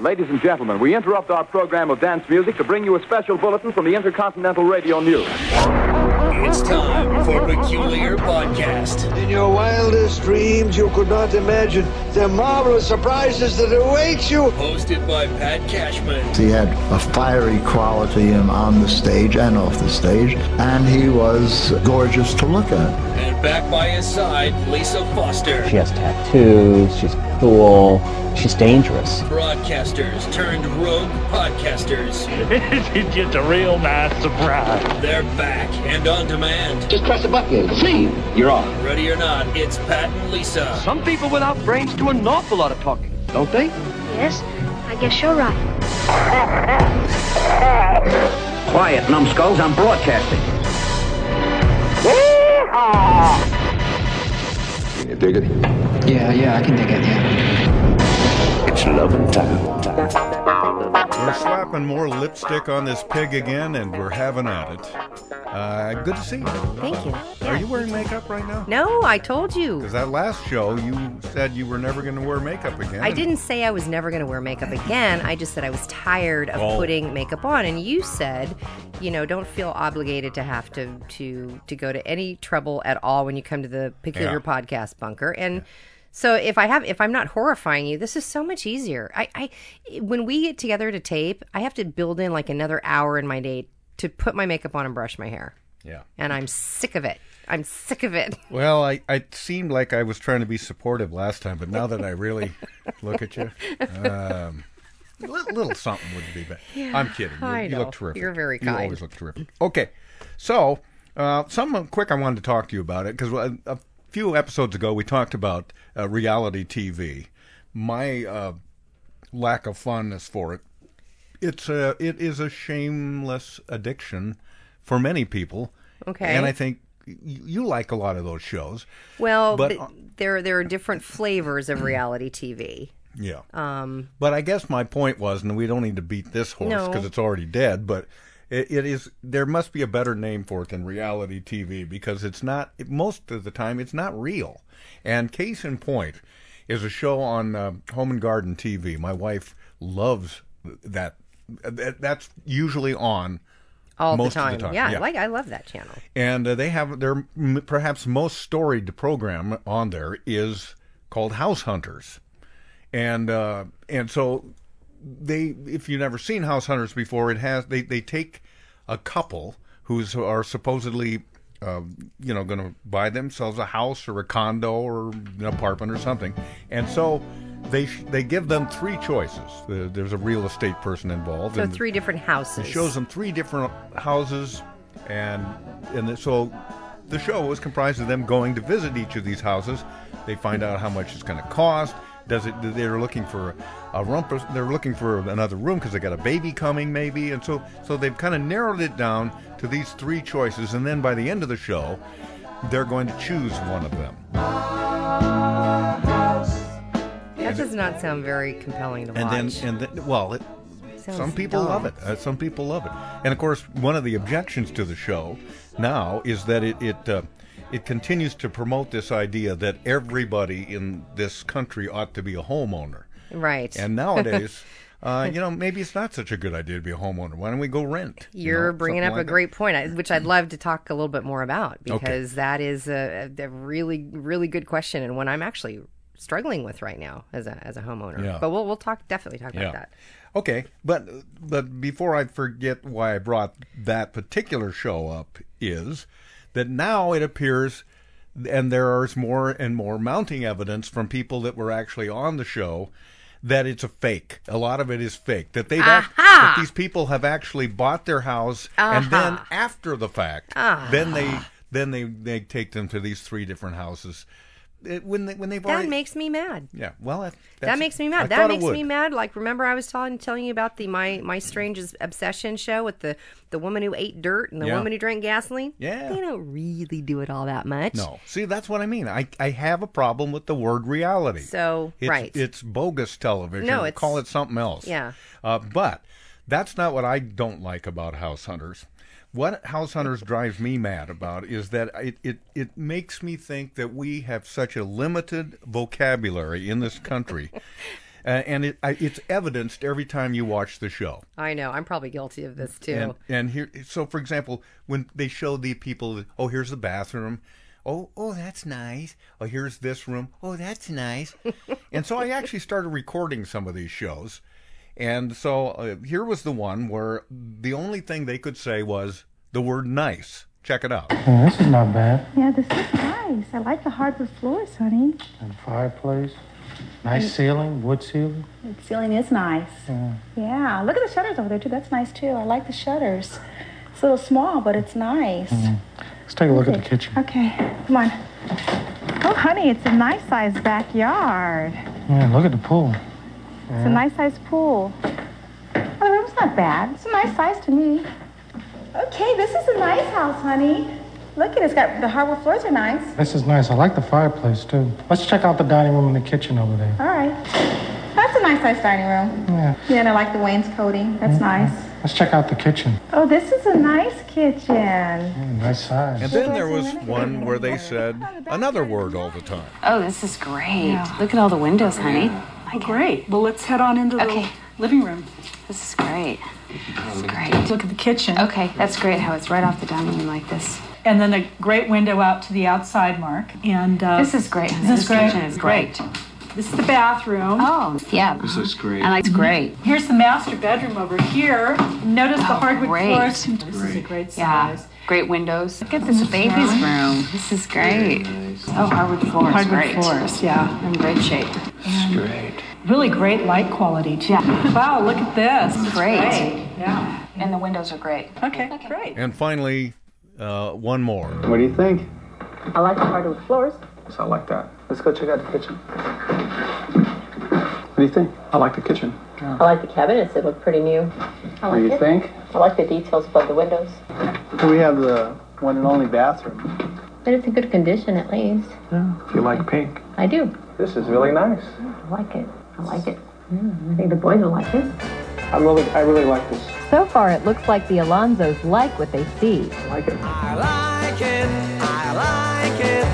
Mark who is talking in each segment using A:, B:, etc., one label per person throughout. A: Ladies and gentlemen, we interrupt our program of dance music to bring you a special bulletin from the Intercontinental Radio News.
B: It's time for Peculiar Podcast.
C: In your wildest dreams, you could not imagine the marvelous surprises that await you.
B: Hosted by Pat Cashman.
D: He had a fiery quality in, on the stage and off the stage, and he was gorgeous to look at.
B: And back by his side, Lisa Foster.
E: She has tattoos. She's cool. She's dangerous.
B: Broadcasters turned rogue podcasters.
F: it's just a real nice surprise.
B: They're back and on demand.
G: Just press a button. See, you're on.
B: Ready or not, it's Pat and Lisa.
H: Some people without brains do an awful lot of talking, don't they?
I: Yes, I guess you're right.
G: Quiet, numbskulls. I'm broadcasting.
A: Can you dig it?
G: Yeah, yeah, I can dig it. Yeah. It's loving time.
J: We're slapping more lipstick on this pig again, and we're having at it. Uh, good to see you.
K: Thank you.
J: Are you wearing makeup right now?
K: No, I told you.
J: Because that last show, you said you were never going to wear makeup again.
K: I didn't say I was never going to wear makeup again. I just said I was tired of
J: Oh.
K: putting makeup on, and you said, you know, don't feel obligated to have to to to go to any trouble at all when you come to the peculiar
J: Yeah.
K: podcast bunker. And so if I have if I'm not horrifying you, this is so much easier. I, I when we get together to tape, I have to build in like another hour in my day to put my makeup on and brush my hair,
J: Yeah.
K: and I'm sick of it. I'm sick of it.
J: Well, I, I seemed like I was trying to be supportive last time, but now that I really look at you, um, a li- little something would be bad. I'm kidding. You,
K: I
J: you
K: know.
J: look terrific.
K: You're very
J: You always
K: kind.
J: look terrific. Okay, so uh, something quick I wanted to talk to you about it because a, a few episodes ago we talked about uh, reality TV. My uh, lack of fondness for it. It's a it is a shameless addiction for many people.
K: Okay.
J: and I think. y- You like a lot of those shows.
K: Well,
J: But,
K: th-
J: uh,
K: there there are different flavors of reality TV.
J: Yeah. Um, but I guess my point was, and we don't need to beat this horse
K: No.
J: because it's already dead. But it, it is there must be a better name for it than reality TV because it's not it- most of the time it's not real. And case in point is a show on uh, Home and Garden TV. My wife loves that. that that's usually on
K: All
J: Most
K: the
J: of the
K: time.
J: time,
K: Yeah,
J: yeah.
K: like I love that channel.
J: and uh, they have their m- perhaps most storied program on there is called House Hunters, and uh, and so they if you've never seen House Hunters before, it has they they take a couple who's are supposedly uh, you know going to buy themselves a house or a condo or an apartment or something, and so. They, sh- they give them three choices. There- There's a real estate person involved.
K: So
J: and-
K: three different houses.
J: it shows them three different houses, and and so the show is comprised of them going to visit each of these houses. They find out how much it's going to cost. Does it? They're looking for a rumpus. They're looking for another room because they got a baby coming, maybe. And so so they've kind of narrowed it down to these three choices. And then by the end of the show, they're going to choose one of them.
K: that does not sound very compelling to
J: And
K: watch.
J: then and then well, it,
K: Sounds
J: some people
K: dull.
J: love it. Uh, some people love it. And of course, one of the objections to the show now is that it it uh, it continues to promote this idea that everybody in this country ought to be a homeowner.
K: Right.
J: And nowadays, uh, you know, maybe it's not such a good idea to be a homeowner. Why don't we go rent? you
K: You're
J: know,
K: bringing
J: something
K: up a
J: like that.
K: great point, I- which I'd love to talk a little bit more about because that is a, a really, really good question and one I'm actually struggling with right now as a as a homeowner.
J: Yeah.
K: But we'll we'll talk definitely talk
J: Yeah.
K: about that.
J: Okay, but but before I forget why I brought that particular show up is that now it appears, and there is more and more mounting evidence from people that were actually on the show that it's a fake. A lot of it is fake. That they've act- that these people have actually bought their house and then after the fact, then they
K: Ah.
J: then they they take them to these three different houses. It- when they when they've
K: That
J: already
K: makes me mad.
J: yeah well that,
K: That
J: that's-
K: makes me
J: I
K: mad.
J: thought
K: That
J: it
K: makes me
J: would.
K: mad. Like remember, I was telling telling you about the my my strange Is- obsession show with the the woman who ate dirt and the
J: Yeah.
K: woman who drank gasoline.
J: Yeah.
K: they don't really do it all that much.
J: No. See, that's what I mean. I, I have a problem with the word reality.
K: So
J: it's,
K: right.
J: It's bogus television.
K: No, it's-
J: Call it something else.
K: Yeah.
J: Uh, but that's not what I don't like about House Hunters. what House Hunters drives me mad about is that it, it, it makes me think that we have such a limited vocabulary in this country. uh, and it, I, it's evidenced every time you watch the show.
K: I know. I'm probably guilty of this too.
J: And, and here, so for example, when they show the people, oh, here's the bathroom. Oh, oh, that's nice. Oh, here's this room. Oh, that's nice. and so I actually started recording some of these shows. And so uh, here was the one where the only thing they could say was the word nice. Check it out.
L: Yeah, this is not bad.
M: Yeah, this is nice. I like the hardwood floors, honey.
L: And fireplace. Nice and ceiling, wood ceiling.
M: The ceiling is nice. Yeah. yeah. Look at the shutters over there too. That's nice too. I like the shutters. It's a little small, but it's nice. Mm.
L: Mm-hmm. Let's take a look okay. at the kitchen.
M: Okay, come on. Oh, honey, it's a nice sized backyard.
L: Yeah, look at the pool.
M: Yeah. It's a nice sized pool. Oh, the room's not bad. It's a nice size to me. Okay, this is a nice house, honey. Look at it. It's got the hardwood floors are nice.
L: This is nice. I like the fireplace too. Let's check out the dining room and the kitchen over there.
M: All right. That's a nice sized dining room. Yeah. Yeah, and I like the wainscoting. That's mm-hmm. nice.
L: Let's check out the kitchen.
M: Oh, this is a nice kitchen.
L: Yeah, nice size.
J: And then there was one where they said another word all the time.
E: Oh, this is great. Yeah. Look at all the windows, honey.
I: Oh, great. Well, let's head on into the okay. living room.
E: This is great. This is great.
I: Look at the kitchen.
E: Okay, that's great how it's right off the dining room like this.
I: And then a great window out to the outside, Mark. And uh,
E: this is great. This,
I: this is great.
E: kitchen is great. great.
I: This is the bathroom.
E: Oh, yeah.
N: This is great.
E: And
I: Mm-hmm.
E: it's great.
I: Here's the master bedroom over here. Notice oh, the hardwood great. floors. This great. is a great size.
E: Yeah. Great windows. Look at this mm-hmm. baby's room. This is great. Nice. Oh, hardwood floors.
I: Hardwood
E: great.
I: floors, yeah.
E: In great shape.
N: It's great.
I: Really great light quality, too.
E: Yeah.
I: wow, look at this.
E: It's great.
I: great. Yeah.
E: And the windows are great.
I: Okay, okay. great.
J: And finally, uh, one more.
N: What do you think?
O: I like the hardwood floors.
N: Yes, I like that. Let's go check out the kitchen. What do you think? I like the kitchen.
O: Yeah. I like the cabinets. They look pretty new.
N: I like what do you it. think?
O: I like the details above the windows.
N: We have the one and only bathroom.
O: But it's in good condition, at least.
N: Yeah. If you like pink.
O: I do.
N: This is really nice.
O: Yeah, I like it. I like it. Mm, I think the boys will like it.
N: I really, I really like this.
P: So far, it looks like the Alonzos like what they see.
N: I like it.
B: I like it. I like it.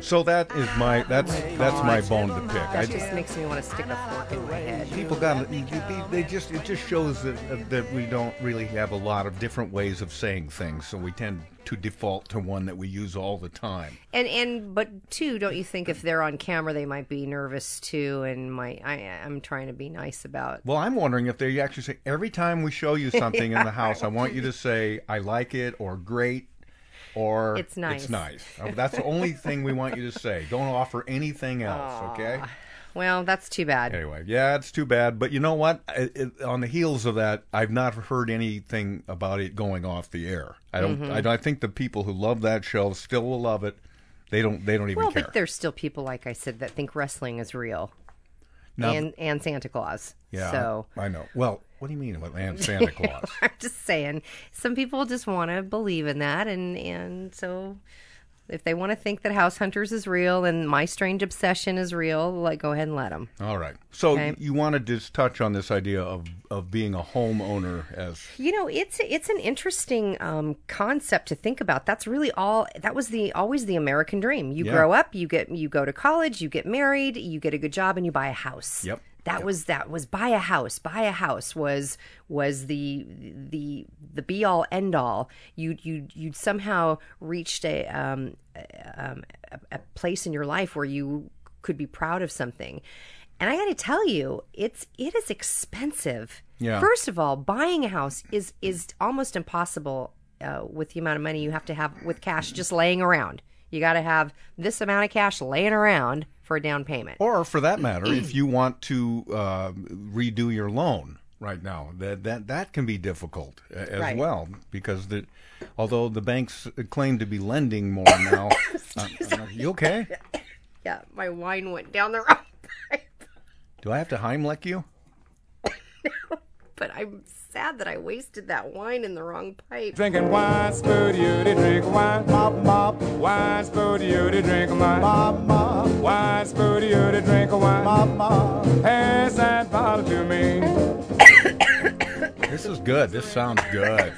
J: so that is my that's that's my bone to pick.
K: That I, just makes me want to stick a fork in my head.
J: People got they, they just it just shows that uh, that we don't really have a lot of different ways of saying things, so we tend to default to one that we use all the time.
K: And and but two, don't you think if they're on camera they might be nervous too and might I I'm trying to be nice about.
J: Well, I'm wondering if they actually say every time we show you something yeah. in the house, I want you to say I like it or great or
K: it's nice.
J: It's nice. Uh, That's the only thing we want you to say. Don't offer anything else, Aww. okay?
K: Well, that's too bad.
J: Anyway, yeah, it's too bad. But you know what? It, it, on the heels of that, I've not heard anything about it going off the air. I don't. Mm-hmm. I, I, think the people who love that show still will love it. They don't. They don't even
K: well,
J: care.
K: but there's still people, like I said, that think wrestling is real. Now, and and Santa Claus.
J: Um, Yeah.
K: So
J: I know. Well, what do you mean and Santa Claus?
K: I'm just saying, some people just want to believe in that, and and so if they want to think that House Hunters is real and My Strange Obsession is real, like go ahead and let them.
J: All right. So okay. you want to just touch on this idea of of being a homeowner as
K: you know, it's it's an interesting um, concept to think about. That's really all. That was the always the American dream. You yeah. grow up, you get you go to college, you get married, you get a good job, and you buy a house.
J: Yep
K: that yep. was that was buy a house buy a house was was the the the be all end all you you you'd somehow reached a um, um a, a, place in your life where you could be proud of something and i got to tell you it's it is expensive
J: yeah.
K: first of all buying a house is is almost impossible uh, with the amount of money you have to have with cash just laying around you got to have this amount of cash laying around for a down payment.
J: Or for that matter, if you want to uh, redo your loan right now, that that that can be difficult as right. well because the although the banks claim to be lending more now. uh, uh, you okay?
K: Yeah, my wine went down the wrong pipe.
J: Do I have to Heimlich you?
K: no, but I'm sad that I wasted that wine in the wrong pipe.
Q: Drinking wine, spoon you to drink wine, mop mop. Wine, spoon you to drink wine, mop mop. Wine, spoon you to drink wine, mop mop. Pass that bottle to me.
I: This is good. This sounds good.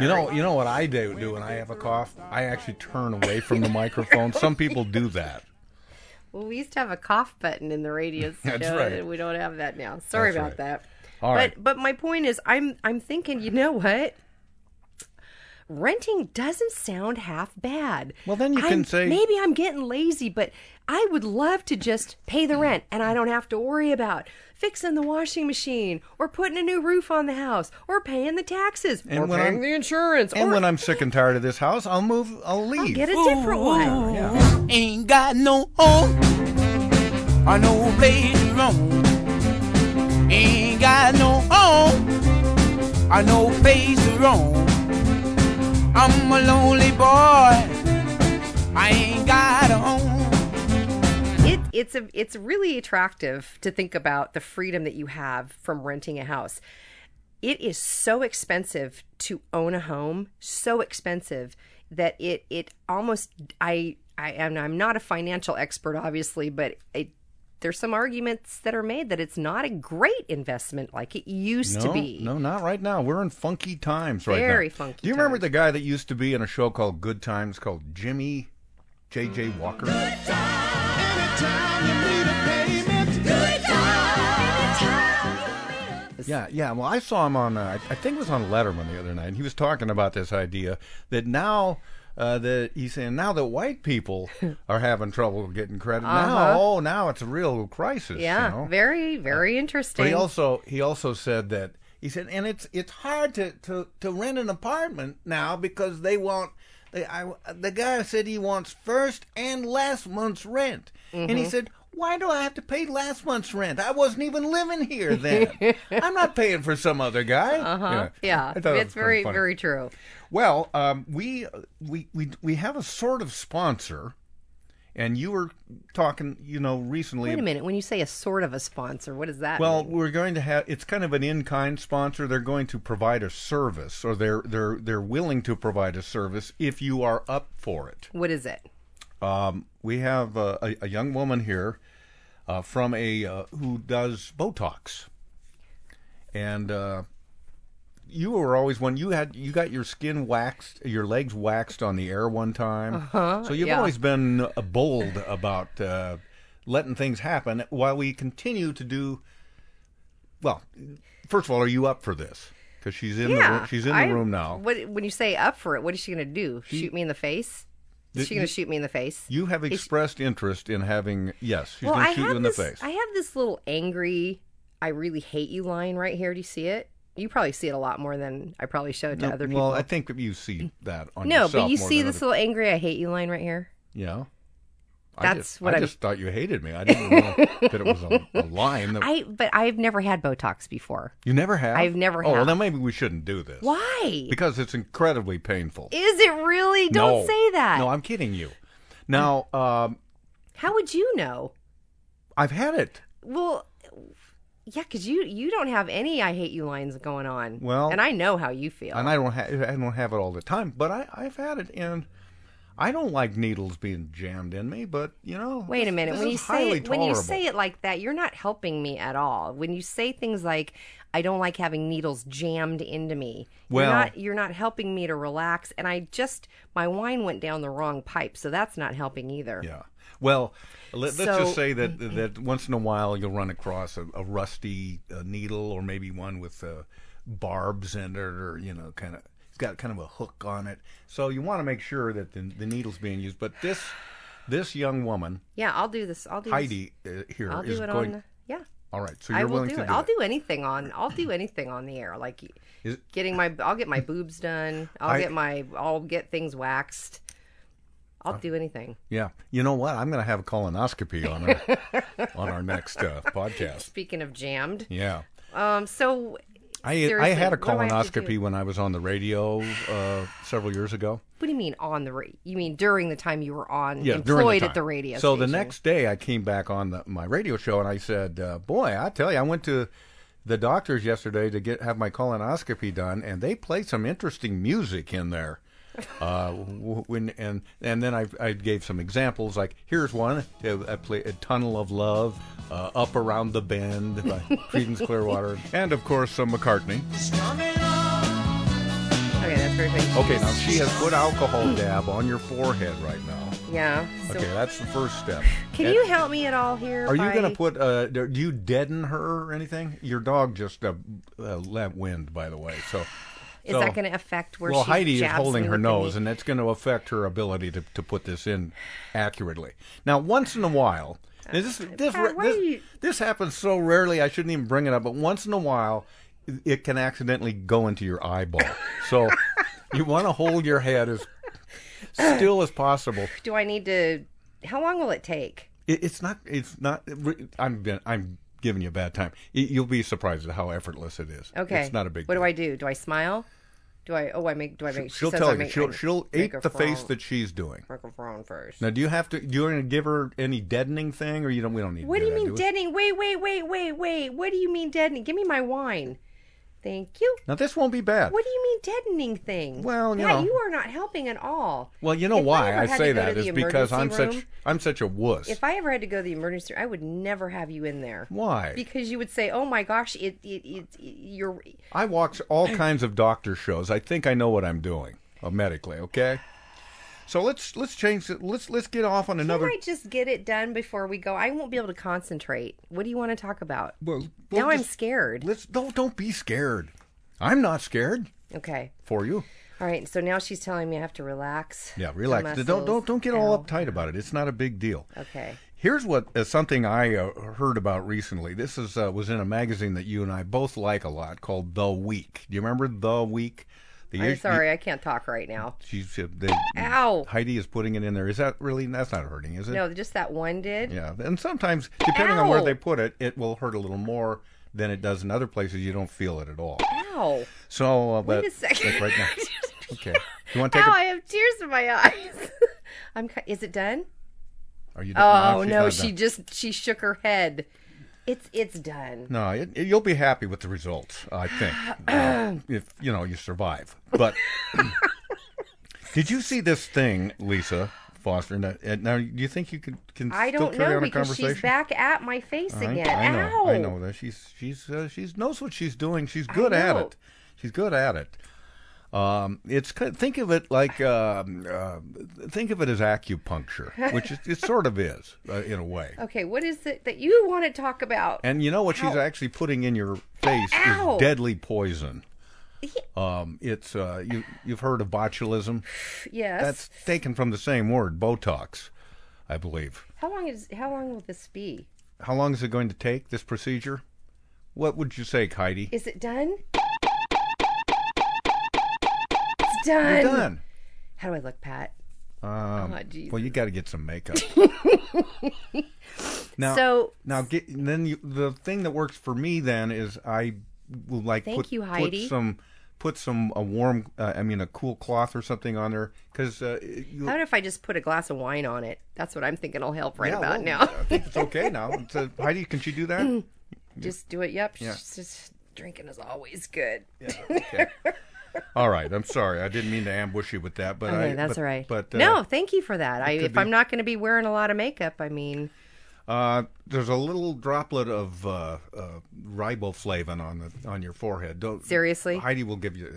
I: You know, you know what I do, do when I have a cough? I actually turn away from the microphone. Some people do that.
K: Well, we used to have a cough button in the radio studio,
I: That's right.
K: and we don't have that now. Sorry
I: That's
K: about
I: right.
K: that.
I: All
K: but
I: right.
K: but my point is, I'm I'm thinking, you know what? Renting doesn't sound half bad. Well, then
I: you can say-
K: maybe I'm getting lazy, but I would love to just pay the rent, and I don't have to worry about fixing the washing machine or putting a new roof on the house or paying the taxes or paying the insurance.
I: And
K: or-
I: when I'm sick and tired of this house, I'll move. I'll leave.
K: get a different one.
R: Ain't got no home or no place to roam. Ain't got no home or no place to roam. I'm a lonely boy. I ain't got a home.
K: It, it's a, it's really attractive to think about the freedom that you have from renting a house. It is so expensive to own a home, so expensive that it it almost I I am I'm not a financial expert obviously, but it, there's some arguments that are made that it's not a great investment like it used
I: no,
K: to be.
I: No, not right now. We're in funky times right now.
K: Very funky
I: Do you remember the guy that used to be in a show called Good Times called Jimmy J.J. Walker? Yeah, yeah. Well, I saw him on, uh, I I think it was on Letterman the other night, and he was talking about this idea that now. Uh, that he's saying now that white people are having trouble getting credit now
K: Uh-huh.
I: oh now it's a real crisis you
K: Yeah,
I: know?
K: very very interesting.
I: But he also he also said that he said, and it's it's hard to to, to rent an apartment now because they want. They, I, the guy said he wants first and last month's rent, and he
R: Mhm.
I: said, "Why do I have to pay last month's rent? I wasn't even living here then. I'm not paying for some other guy."
K: uh-huh. Yeah,
I: I thought it was
K: it's very
I: funny.
K: very true.
I: Well, um, we we we we have a sort of sponsor, and you were talking, you know, recently.
K: Wait a minute. When you say a sort of a sponsor, what does that
I: Well,
K: mean?
I: we're going to have it's kind of an in-kind sponsor. They're going to provide a service, or they're they're they're willing to provide a service if you are up for it.
K: What is it?
I: Um, we have uh, a, a young woman here uh, from a uh, who does Botox, and uh, you were always one. You had you got your skin waxed, your legs waxed on the air one time.
K: Uh-huh,
I: so you've
K: yeah.
I: always been uh, bold about uh, letting things happen while we continue to do. Well, first of all, are you up for this? Because she's in the room, she's in the
K: I-
I: room now.
K: What when you say up for it? What is she going to do?
I: She-
K: shoot me in the face? Is
I: Th-
K: she going
I: you-
K: to shoot me in the face?
I: You have
K: Is she-
I: expressed interest in having yes. She's
K: well,
I: going
K: I
I: to shoot
K: have
I: you in
K: this,
I: the face.
K: I have this little angry, I really hate you line right here. Do you see it? You probably see it a lot more than I probably showed to
I: No,
K: other people.
I: well, I think that you see that on
K: no,
I: yourself
K: but you
I: more
K: see
I: than
K: this
I: other-
K: little angry, I hate you line right here.
I: Yeah. I
K: That's
I: just,
K: what
I: I
K: I'm-
I: just thought you hated me. I didn't know that it was a, a line. That,
K: I but I've never had Botox before.
I: you never have.
K: I've never
I: Oh, well,
K: have.
I: then maybe we shouldn't do this.
K: Why?
I: Because it's incredibly painful.
K: Is it really? Don't
I: No.
K: say that.
I: No, I'm kidding you. Now, um,
K: How would you know?
I: I've had it.
K: Well, yeah, because you you don't have any I hate you lines going on.
I: Well-
K: and I know how you feel.
I: And I don't have I don't have it all the time, but I, I've had it, and I don't like needles being jammed in me. But you know,
K: Wait a
I: this-
K: minute.
I: this
K: When
I: is
K: you say
I: highly
K: it, when you
I: tolerable.
K: say it like that, you're not helping me at all. When you say things like "I don't like having needles jammed into me,"
I: Well-
K: you're not you're not helping me to relax. And I just my wine went down the wrong pipe, so that's not helping either.
I: Yeah. Well, let, let's
K: So-
I: just say that that once in a while you'll run across a, a rusty uh needle or maybe one with uh, barbs in it or you know kind of it's got kind of a hook on it. So you want to make sure that the, the needle's being used. But this this young woman
K: Yeah, I'll do this. I'll do
I: Heidi uh,
K: This.
I: here
K: I'll do
I: is
K: it
I: going.
K: on. The, yeah.
I: All right. So
K: I
I: you're
K: will
I: willing
K: do
I: to
K: it.
I: do
K: I'll
I: it.
K: do anything on. I'll do anything on the air. Like
I: Is-
K: getting my. I'll get my boobs done. I'll
I: I-
K: get my. I'll get things waxed. I'll do anything.
I: Yeah. You know what? I'm going to have a colonoscopy on our on our next uh, podcast.
K: Speaking of jammed,
I: Yeah.
K: um, so
I: I I
K: Seriously,
I: had a
K: what do I have to do?
I: colonoscopy when I was on the radio uh, several years ago.
K: What do you mean on the? Ra- you mean during the time you were on
I: Yeah,
K: employed
I: during the time.
K: at the radio?
I: So the
K: station.
I: next day, I came back on the, my radio show and I said, uh, "Boy, I tell you, I went to the doctor's yesterday to get have my colonoscopy done, and they played some interesting music in there."
J: Uh, w- when and and then I, I gave some examples like here's one I play a tunnel of love, uh, up around the bend by Creedence Clearwater, and of course some McCartney.
K: Okay, that's perfect.
J: Okay, now she has put alcohol dab on your forehead right now.
K: Yeah. so-
J: Okay, that's the first step.
K: Can
J: And-
K: you help me at all here?
J: Are you
K: by-
J: going to put? Uh, do do you deaden her or anything? Your dog just uh, uh, let wind, by the way. So.
K: Is that gonna affect where
J: Well,
K: she
J: Heidi is
K: jabs
J: holding
K: me
J: her
K: with the
J: nose,
K: meat?
J: and that's going to affect her ability to, to put this in accurately. Now, once in a while, now this this,
K: Ah, Pat, why are
J: this
K: you-
J: this happens so rarely. I shouldn't even bring it up, but once in a while, it can accidentally go into your eyeball. So, you want to hold your head as still as possible.
K: Do I need to? How long will it take?
J: It, it's not. It's not. I'm. been- I'm giving you a bad time. Y- You'll be surprised at how effortless it is.
K: Okay.
J: It's not a big.
K: What do I do? Do I smile? Do I? Oh, I make. Do I make?
J: She'll
K: she says
J: tell
K: I
J: you.
K: Make,
J: she'll
K: I
J: she'll
K: make
J: ape
K: a
J: the face
K: frown-
J: that she's doing.
K: Make a frown first.
J: Now, do you have to? Do you want to give her any deadening thing, or you don't? We don't need.
K: What
J: to
K: do
J: do
K: you
J: that,
K: mean
J: we?
K: deadening? Wait, wait, wait, wait, wait. What do you mean deadening? Give me my wine. Thank you.
J: Now this won't be bad.
K: What do you mean deadening thing?
J: Well, you
K: Pat,
J: know.
K: you are not helping at all.
J: Well, you know
K: If I
J: why
K: ever
J: I
K: had to
J: say
K: go to
J: that is
K: the
J: because I'm
K: emergency
J: such
K: room-
J: I'm such a wuss.
K: If I ever had to go to the emergency room, I would never have you in there.
J: Why?
K: Because you would say, "Oh my gosh, it, it, it, it you're."
J: I watch all kinds of doctor shows. I think I know what I'm doing uh, medically. Okay. So let's let's change. it. Let's let's get off on another.
K: Can I just get it done before we go? I won't be able to concentrate. What do you want to talk about?
J: Well,
K: now
J: we'll
K: I'm
J: just-
K: scared.
J: Let's don't don't be scared. I'm not scared
K: Okay.
J: for you.
K: All right. So now she's telling me I have to relax.
J: Yeah,
K: the
J: relax. Don't
K: muscles.
J: don't don't get all uptight about it. It's not a big deal.
K: Okay.
J: Here's what uh, something I uh, heard about recently. This is uh, was in a magazine that you and I both like a lot called The Week. Do you remember The Week? The
K: I'm
J: issue-
K: sorry. I can't talk right now.
J: She said they,
K: Ow.
J: uh, Heidi is putting it in there. Is that really? That's not hurting, is it?
K: No, just that one did.
J: Yeah, and sometimes depending on where
K: Ow.
J: they put it, it will hurt a little more than it does in other places. You don't feel it at all.
K: Ow.
J: So, uh, but
K: Wait a second.
J: like right now. Okay. You want to take?
K: Ow,
J: a-
K: I have tears in my eyes. I'm. ki- Is it done?
J: Are you?
K: Oh
J: she's
K: no,
J: not
K: she
J: done.
K: just she shook her head. It's it's done.
I: uh,
J: No, it, it- you'll be happy with the results. I think Uh, if you know you survive. But did you see this thing, Lisa Foster? Now, and now do you think you can can
K: I
J: still
K: don't
J: carry
K: know
J: on a
K: because
J: conversation?
K: she's back at my face
J: I,
K: again.
J: I know.
K: Ow.
J: I know that she's she's uh, she's knows what she's doing. She's good at
K: know.
J: it. She's good at it. Um, it's kind- think of it like um uh, think of it as acupuncture, which it, it sort of is uh, in a way.
K: Okay, what is it that you want to talk about?
J: And you know what she's actually putting in your face
K: Ow.
J: is deadly poison. Um, it's uh, you you've heard of botulism.
K: Yes.
J: That's taken from the same word, Botox, I believe.
K: How long is how long will this be?
J: How long is it going to take this procedure? What would you say, Heidi?
K: Is it done? It's done.
J: You're done.
K: How do I look, Pat?
J: Um,
K: Oh, Jesus.
J: well, you got to get some makeup. now,
K: So-
J: now, get then you, the thing that works for me then is I will like
K: Thank
J: put,
K: you,
J: put
K: Heidi.
J: some put some a warm uh, I mean a cool cloth or something on there because uh, you
K: How about if I just put a glass of wine on it? That's what I'm thinking will help right
J: Yeah,
K: about
J: well,
K: now. Mm.
J: I think it's okay now. It's, uh, Heidi, can she do that?
K: just do it. Yep.
J: Yeah.
K: Just, just drinking is always good.
J: all right, I'm sorry, I didn't mean to ambush you with that, but
K: okay,
J: I,
K: that's
J: but,
K: all right.
J: But uh,
K: no, thank you for that. I,
J: could
K: if
J: be-
K: I'm not going to be wearing a lot of makeup, I mean,
J: Uh, there's a little droplet of uh, uh, riboflavin on the on your forehead. Don't,
K: Seriously?
J: Heidi will give you.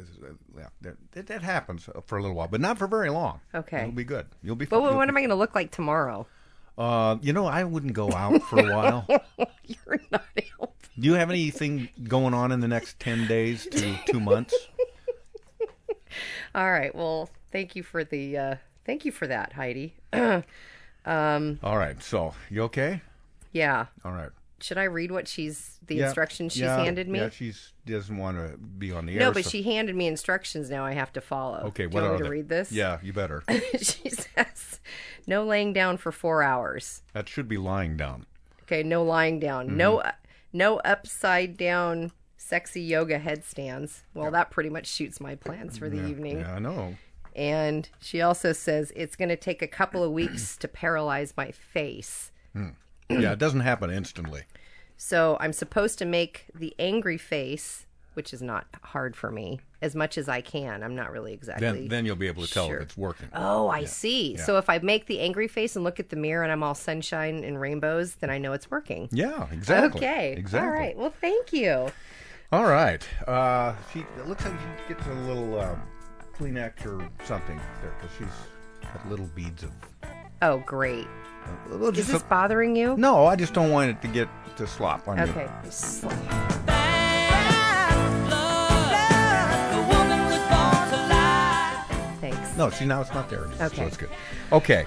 J: Yeah, that, that happens for a little while, but not for very long.
K: Okay.
J: you'll be good. You'll be.
K: but
J: fine.
K: what,
J: You'll
K: what
J: be-
K: am I going to look like tomorrow?
J: Uh, you know, I wouldn't go out for a while.
K: You're not e-, helping.
J: Do you have anything going on in the next ten days to two months?
K: All right. Well, thank you for the uh, thank you for that, Heidi. um,
J: All right. So you okay?
K: yeah.
J: All right.
K: Should I read what she's the
J: Yeah,
K: instructions she's
J: yeah,
K: handed me?
J: Yeah, she doesn't want to be on the air.
K: no, but
J: so-
K: she handed me instructions. Now I have to follow.
J: Okay,
K: Do you
J: what are
K: want me to
J: they?
K: read this?
J: Yeah, you better.
K: she says, "No laying down for four hours.
J: That should be lying down.
K: Okay, no lying down.
J: Mm-hmm.
K: No, uh, no upside down." Sexy yoga headstands. Well, that pretty much shoots my plans for the
J: Yeah,
K: evening.
J: Yeah, I know.
K: And she also says it's going to take a couple of weeks to paralyze my face.
J: Yeah, it doesn't happen instantly.
K: So I'm supposed to make the angry face which is not hard for me as much as I can. I'm not really exactly.
J: Then, then you'll be able to tell if it's working.
K: Oh, I
J: Yeah.
K: see.
J: Yeah.
K: So if I make the angry face and look at the mirror and I'm all sunshine and rainbows, then I know it's working.
J: Yeah, exactly.
K: Okay.
J: Exactly.
K: All right. Well, thank you.
J: All right. Uh, she, it looks like she gets a little uh, Kleenex or something there because she's got little beads of. uh,
K: Oh, great.
J: Well,
K: is
J: just
K: this
J: a-
K: bothering you?
J: No, I just don't want it to get to slop on
K: Okay.
J: you.
K: Thanks.
J: No, see now it's not there. Anymore, So
K: Okay.
J: it's good. Okay.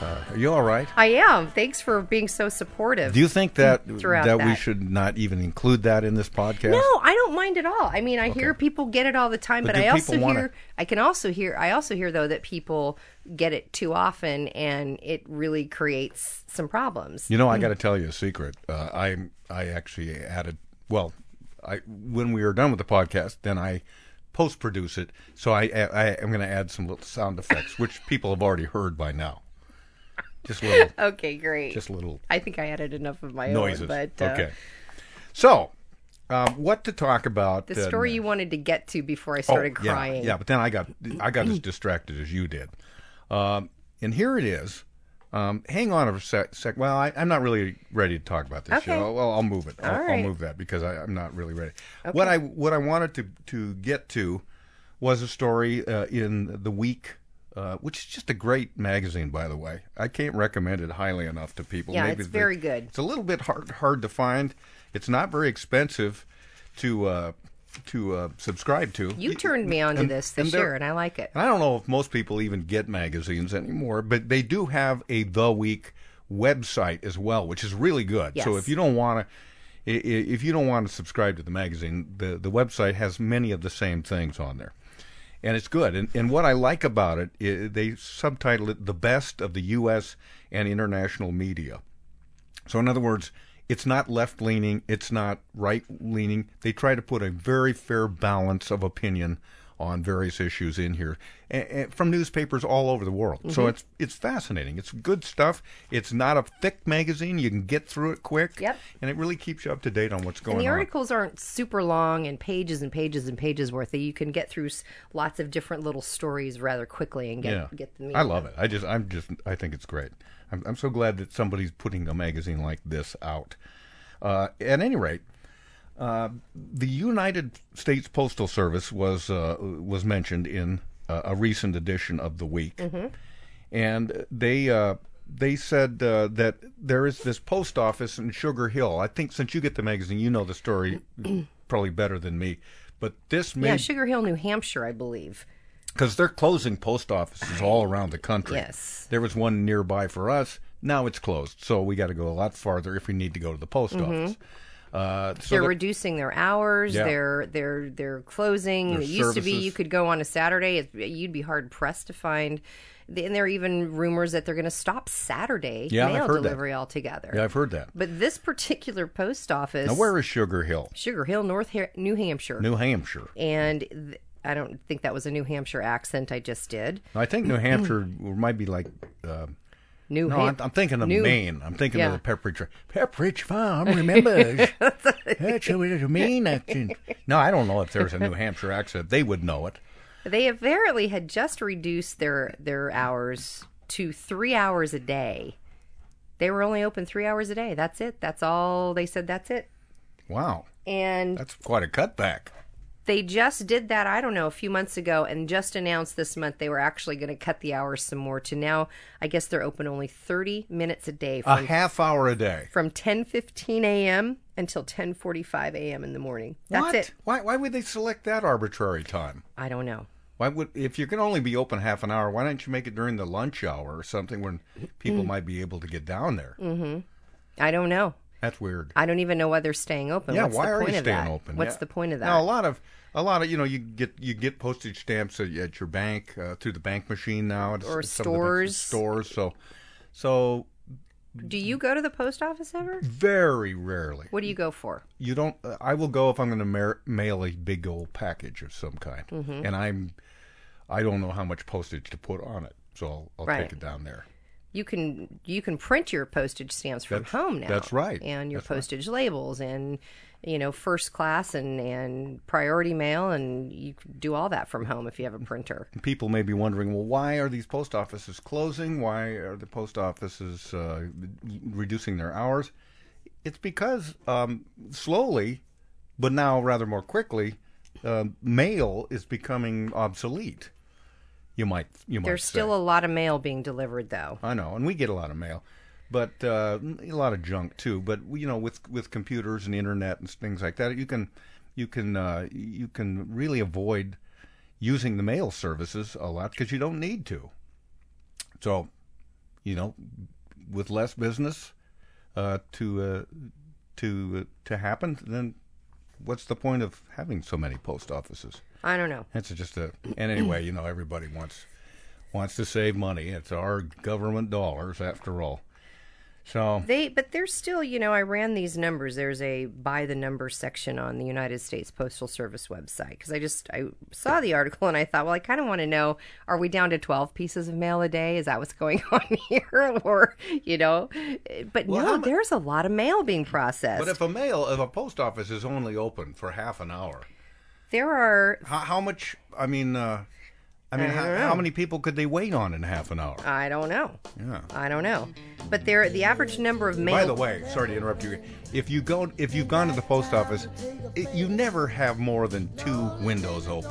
J: Uh, are you all right?
K: I am. Thanks for being so supportive.
J: Do you think that
K: throughout
J: that we should not even include that in this podcast?
K: No, I don't mind at all. I mean, I hear people get it all the time,
J: But
K: but,
J: do
K: I also
J: people wanna-
K: hear I can also hear I also hear though that people get it too often and it really creates some problems.
J: You know, I got to tell you a secret. Uh, I I actually added. Well, I when we were done with the podcast, then I post produce it. So I I am going to add some little sound effects, which people have already heard by now. Just little,
K: okay, great.
J: just little
K: I think I added enough of my
J: noises.
K: own, but uh,
J: okay. So, um, what to talk about?
K: the
J: uh,
K: story you wanted to get to before I started
J: Oh, yeah,
K: crying.
J: Yeah, but then I got I got as distracted as you did. Um, and here it is. Um, hang on a sec. sec. Well, I, I'm not really ready to talk about this.
K: Okay.
J: You know? Well, Oh, I'll move it. I'll,
K: All
J: I'll
K: right.
J: move that because I, I'm not really ready.
K: Okay.
J: What I what I wanted to to get to was a story uh, in the week. Uh, which is just a great magazine, by the way. I can't recommend it highly enough to people.
K: Yeah, it's
J: they-
K: very good.
J: It's a little bit hard hard to find. It's not very expensive to uh, to uh, subscribe to.
K: You
J: Y-
K: turned me on to
J: and-
K: this
J: and
K: this
J: they're-
K: year and I like it.
J: and I don't know if most people even get magazines anymore, but they do have a The Week website as well, which is really good. So
K: Yes.
J: if you don't want to, if you don't want to subscribe to the magazine, the the website has many of the same things on there, and it's good. And and what I like about it, i they subtitle it "The Best of the U.S. and International Media." So, in other words, it's not left leaning, it's not right leaning. They try to put a very fair balance of opinion on various issues in here a- a- from newspapers all over the world. So
K: Mhm.
J: it's it's fascinating. It's good stuff. It's not a thick magazine. You can get through it quick.
K: Yep.
J: And it really keeps you up to date on what's going
K: and the
J: on.
K: articles aren't super long and pages and pages and pages worth. You can get through s- lots of different little stories rather quickly and get
J: yeah.
K: get the meat.
J: I love it. I just I'm just I think it's great. I'm I'm so glad that somebody's putting a magazine like this out. Uh, at any rate, uh, the United States Postal Service was uh, was mentioned in uh, a recent edition of the week, and they uh, they said uh, that there is this post office in Sugar Hill. I think since you get the magazine, you know the story probably better than me. But this may
K: Yeah, Sugar Hill, New Hampshire, I believe.
J: because they're closing post offices all around the country.
K: Yes.
J: There was one nearby for us. Now it's closed. So we got to go a lot farther if we need to go to the post
K: Mhm.
J: office. Uh, so
K: they're
J: the-
K: reducing their hours.
J: Yeah.
K: They're they're they're closing.
J: Their
K: it used to be
J: services.
K: you could go on a Saturday. It, you'd be hard pressed to find. And there are even rumors that they're going to stop Saturday
J: Yeah, I've
K: mail
J: heard that.
K: delivery altogether.
J: yeah, I've heard that.
K: But this particular post office,
J: Now, where is Sugar Hill?
K: Sugar Hill, North ha- New Hampshire,
J: New Hampshire.
K: and th- I don't think that was a New Hampshire accent I just did.
J: I think New Hampshire might be like. Uh,
K: Mm-hmm. New
J: no,
K: Ham-
J: I'm, I'm thinking of
K: New-
J: Maine. I'm thinking
K: Yeah.
J: of the Pepperidge. Pepperidge Farm remembers. That's a Maine accent. No, I don't know if there's a New Hampshire accent. They would know it.
K: They apparently had just reduced their their hours to three hours a day. They were only open three hours a day. That's it. That's all they said. That's it.
J: Wow,
K: And
J: that's quite a cutback.
K: they just did that. I don't know a few months ago, and just announced this month they were actually going to cut the hours some more. To now, I guess they're open only thirty minutes a day
J: A
K: from
J: half hour a day.
K: from ten fifteen a.m. until ten forty five a.m. in the morning. That's
J: what?
K: it.
J: Why, why would they select that arbitrary time?
K: I don't know.
J: Why would if you can only be open half an hour? Why don't you make it during the lunch hour or something when people
K: Mm.
J: might be able to get down there?
K: Mm-hmm. I don't know.
J: That's weird.
K: I don't even know why they're staying open.
J: yeah,
K: What's
J: why
K: the
J: are
K: point
J: you
K: of
J: staying
K: that?
J: open?
K: What's
J: Yeah.
K: the point of that?
J: Now a lot of a lot of you know you get you get postage stamps at, at your bank uh, through the bank machine now at
K: Or
J: some of the banks-
K: stores.
J: stores. So so
K: Do you go to the post office ever?
J: very rarely.
K: What do you go for?
J: you don't uh, i will go if i'm going to mar- mail a big old package of some kind
K: Mhm.
J: and i'm i don't know how much postage to put on it so i'll, I'll
K: Right.
J: take it down there
K: you can you can print your postage stamps from
J: That's-
K: home now.
J: that's right.
K: And your
J: That's right.
K: postage labels and you know first class and and priority mail and you can do all that from home if you have a printer.
J: People may be wondering, well, why are these post offices closing? Why are the post offices uh, reducing their hours? It's because um, slowly, but now rather more quickly, uh, mail is becoming obsolete. You might, you might.
K: There's
J: say.
K: still a lot of mail being delivered though.
J: I know, and we get a lot of mail, but uh, a lot of junk too. But you know, with with computers and internet and things like that, you can you can uh, you can really avoid using the mail services a lot because you don't need to. So, you know, with less business uh, to uh, to to happen, then what's the point of having so many post offices?
K: I don't know.
J: That's just a. And anyway, you know, everybody wants wants to save money. It's our government dollars, after all. So
K: They, but there's still, you know, I ran these numbers. There's a by the number section on the United States Postal Service website because I just I saw the article and I thought, well, I kind of want to know: Are we down to 12 pieces of mail a day? Is that what's going on here, or you know? eh, But no, there's a lot of mail being processed.
J: But if a mail, if a post office is only open for half an hour,
K: there are
J: how, how much? I mean, uh, I mean,
K: I
J: how,
K: don't know. Uh,
J: how many people could they wait on in half an hour?
K: I don't know.
J: Yeah.
K: I don't know. But there, the average number of mail.
J: By the way, sorry to interrupt you. If you go, if you've gone to the post office, it, you never have more than two windows open.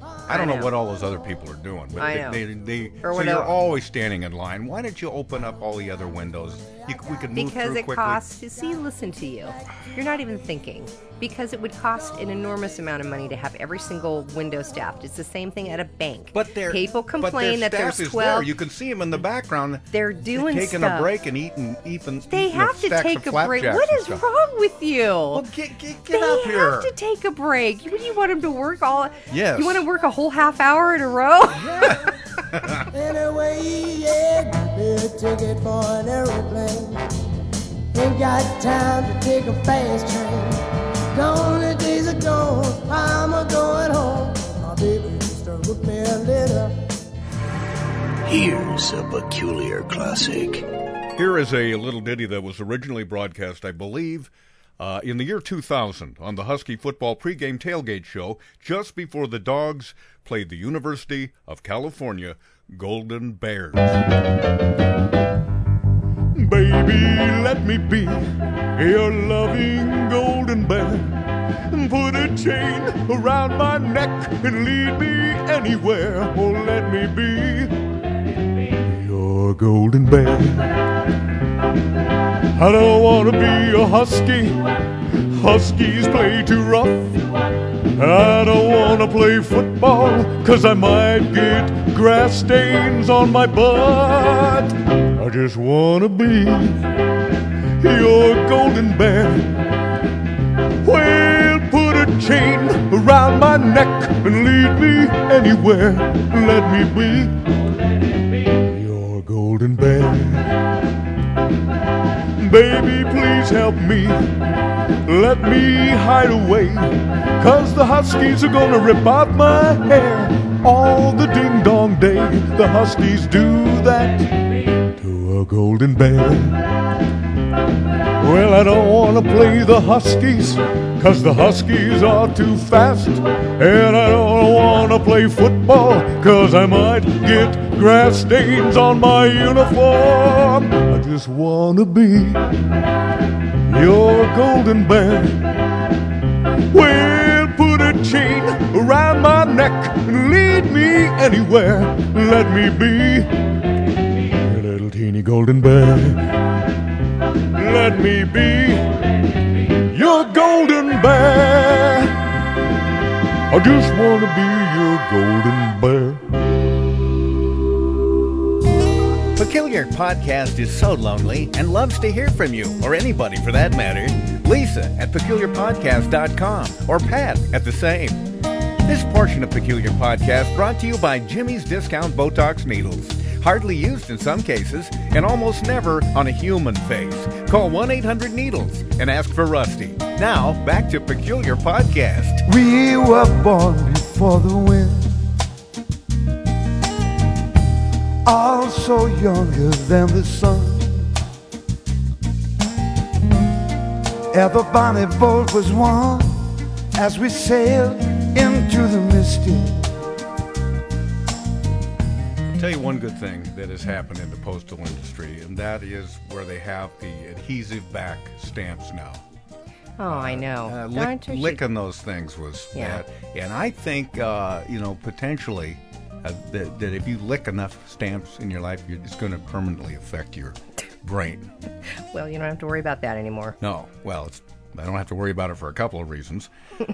J: I don't
K: I
J: know.
K: know.
J: what all those other people are doing, but
K: I
J: they-
K: know.
J: they, they,
K: Or
J: so
K: what
J: you're
K: el-
J: always standing in line. Why don't you open up all the other windows? You, c- we could move
K: because
J: through
K: it
J: quickly.
K: costs you see listen to you you're not even thinking because it would cost an enormous amount of money to have every single window staffed it's the same thing at a bank
J: but there,
K: people
J: but their
K: complain that
J: staff
K: there's
J: is
K: 12
J: There. You can see them in the background.
K: They're doing
J: taking
K: stuff.
J: a break and eating, eating.
K: they
J: eating a
K: have to
J: stacks
K: take
J: of
K: a break
J: flapjacks
K: what
J: and
K: is
J: stuff.
K: wrong with you
J: get, get,
K: they
J: up here.
K: have to take a break you, you want them to work all
J: Yes.
K: you want to work a whole half hour in a row
S: Anyway, yeah, got me a ticket for an aeroplane. Ain't got time to take a fast train. Gone the days are gone, I'm a going home. My baby used to whip me a little.
T: Here's a peculiar classic.
J: Here is a little ditty that was originally broadcast, I believe, uh, in the year 2000 on the Husky football pregame tailgate show just before the Dogs played the University of California Golden Bears.
C: Baby, let me be your loving golden bear. Put a chain around my neck and lead me anywhere. Oh, let me be your golden bear. I don't want to be a husky. Huskies play too rough. I don't want to play football because I might get grass stains on my butt. I just want to be your golden bear. Well, put a chain around my neck and lead me anywhere. Let me be your golden bear. Baby, please help me. Let me hide away, cause the Huskies are gonna rip out my hair. All the ding dong day, the Huskies do that to a golden bear. Well, I don't wanna play the Huskies, cause the Huskies are too fast. And I don't wanna play football, cause I might get grass stains on my uniform. I just wanna be your golden bear. Well, put a chain around my neck and lead me anywhere. Let me be your little teeny golden bear. Let me be your golden bear. I just want to be your golden bear.
I: Peculiar Podcast is so lonely and loves to hear from you, or anybody for that matter. Lisa at peculiarpodcast.com or Pat at the same. This portion of Peculiar Podcast brought to you by Jimmy's Discount Botox Needles. Hardly used in some cases and almost never on a human face. Call 1 800 Needles and ask for Rusty. Now, back to Peculiar Podcast.
U: We were born before the wind.
V: also younger than the sun. Ever Bonnie Bolt was one as we sailed into the misty.
I: I'll tell you one good thing that has happened in the postal industry, and that is where they have the adhesive back stamps now.
K: Oh, I know.
I: Uh,
K: Aren't
I: lick,
K: you-
I: licking those things was
K: Yeah.
I: that. And I think, uh, you know, potentially uh, that, that if you lick enough stamps in your life, you're, it's going to permanently affect your brain.
K: Well, you don't have to worry about that anymore.
I: No, well, it's, I don't have to worry about it for a couple of reasons.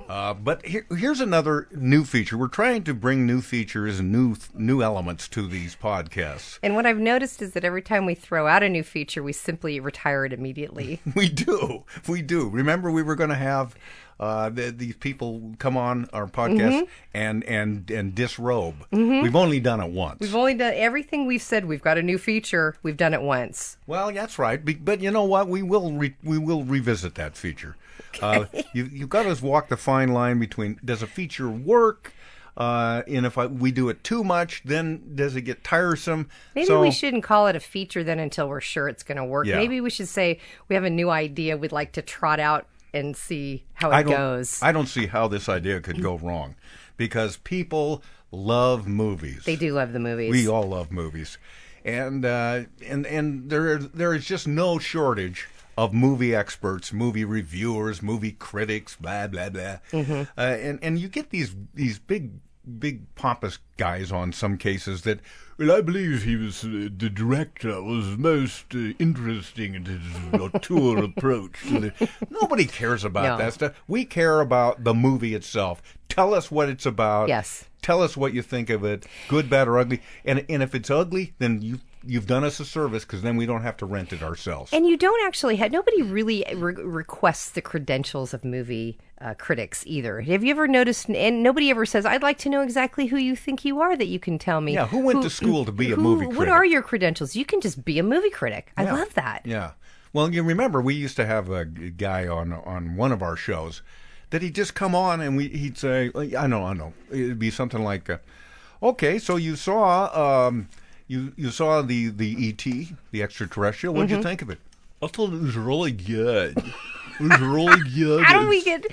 I: uh, but here, here's another new feature. We're trying to bring new features and new new elements to these podcasts.
K: And what I've noticed is that every time we throw out a new feature, we simply retire it immediately.
I: We do, we do. Remember, we were going to have uh, the, these people come on our podcast
K: Mhm.
I: and and and disrobe.
K: Mhm.
I: We've only done it once.
K: We've only done everything we've said. We've got a new feature. We've done it once.
I: Well, that's right. Be- But you know what? We will re- we will revisit that feature. Uh, you you got to walk the fine line between does a feature work, uh, and if I, we do it too much, then does it get tiresome?
K: Maybe
I: So-
K: we shouldn't call it a feature then until we're sure it's going to work.
I: Yeah.
K: Maybe we should say we have a new idea we'd like to trot out and see how it
I: I don't,
K: goes.
I: I don't see how this idea could go wrong, because people love movies.
K: They do love the movies.
I: We all love movies, and uh, and and there there is just no shortage of movie experts, movie reviewers, movie critics, blah blah blah.
K: Mm-hmm.
D: Mhm.
I: Uh, and and you get these these big big pompous guys on some cases that well I believe he was uh, the director was most uh, interesting in his auteur approach. to the-" Nobody cares about
K: No.
I: that stuff. We care about the movie itself. Tell us what it's about.
K: Yes.
I: Tell us what you think of it, good, bad, or ugly. And and if it's ugly, then you you've done us a service because then we don't have to rent it ourselves.
K: And you don't actually have nobody really re- requests the credentials of movie uh, critics either. Have you ever noticed? And nobody ever says, "I'd like to know exactly who you think you are that you can tell me."
I: Yeah, who went to school to be a movie
K: What
I: critic?
K: are your credentials? You can just be a movie critic. I love that.
I: Yeah. Well, you remember we used to have a g- guy on on one of our shows that he'd just come on and we he'd say, I know, I know. It'd be something like, uh, okay, so you saw um, you you saw the the ET, the extraterrestrial. What'd
K: Mhm.
I: you think of it? I thought it was really good. It was really good.
K: How do we get?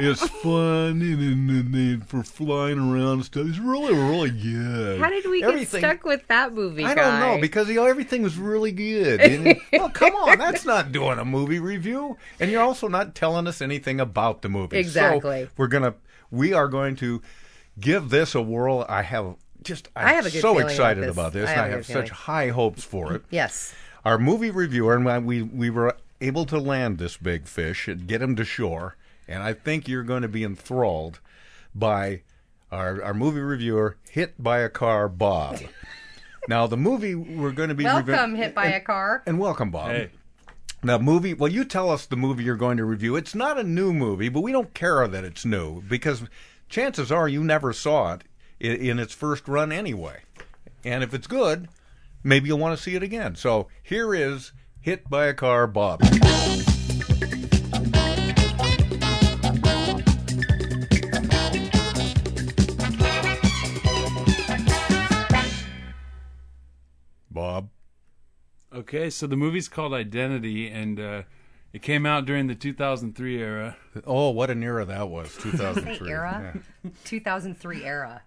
C: It's fun and, and, and, and for flying around and stuff. It's really, really good.
K: How did we
I: Everything-
K: get stuck with that movie?
I: I don't
K: guy?
I: know because you know, everything was really good. And it- well, come on, that's not doing a movie review, and you're also not telling us anything about the movie. So
K: Exactly.
I: we're gonna we are going to give this a whirl. I have just I'm
K: I have a good
I: so
K: feeling about
I: excited
K: this.
I: about this.
K: I
I: and
K: have
I: I
K: a
I: have
K: good
I: such
K: feeling.
I: high hopes for it.
K: Yes.
I: Our movie reviewer and I- we we were able to land this big fish and get him to shore, and I think you're going to be enthralled by our our movie reviewer hit by a car, Bob. now the movie we're going to be revi-
K: Welcome, hit by a car.
I: and welcome, Bob. Now, movie. Well, you tell us the movie you're going to review. It's not a new movie, but we don't care that it's new because chances are you never saw it in, in its first run anyway. And if it's good, maybe you'll want to see it again. So here is "Hit by a Car," Bob. Bob.
J: Okay, so the movie's called Identity, and uh, it came out during the 2003 era.
I: Oh, what an era that was!
K: Say era, 2003 era.